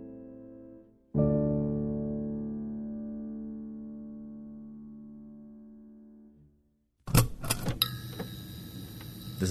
Speaker 1: This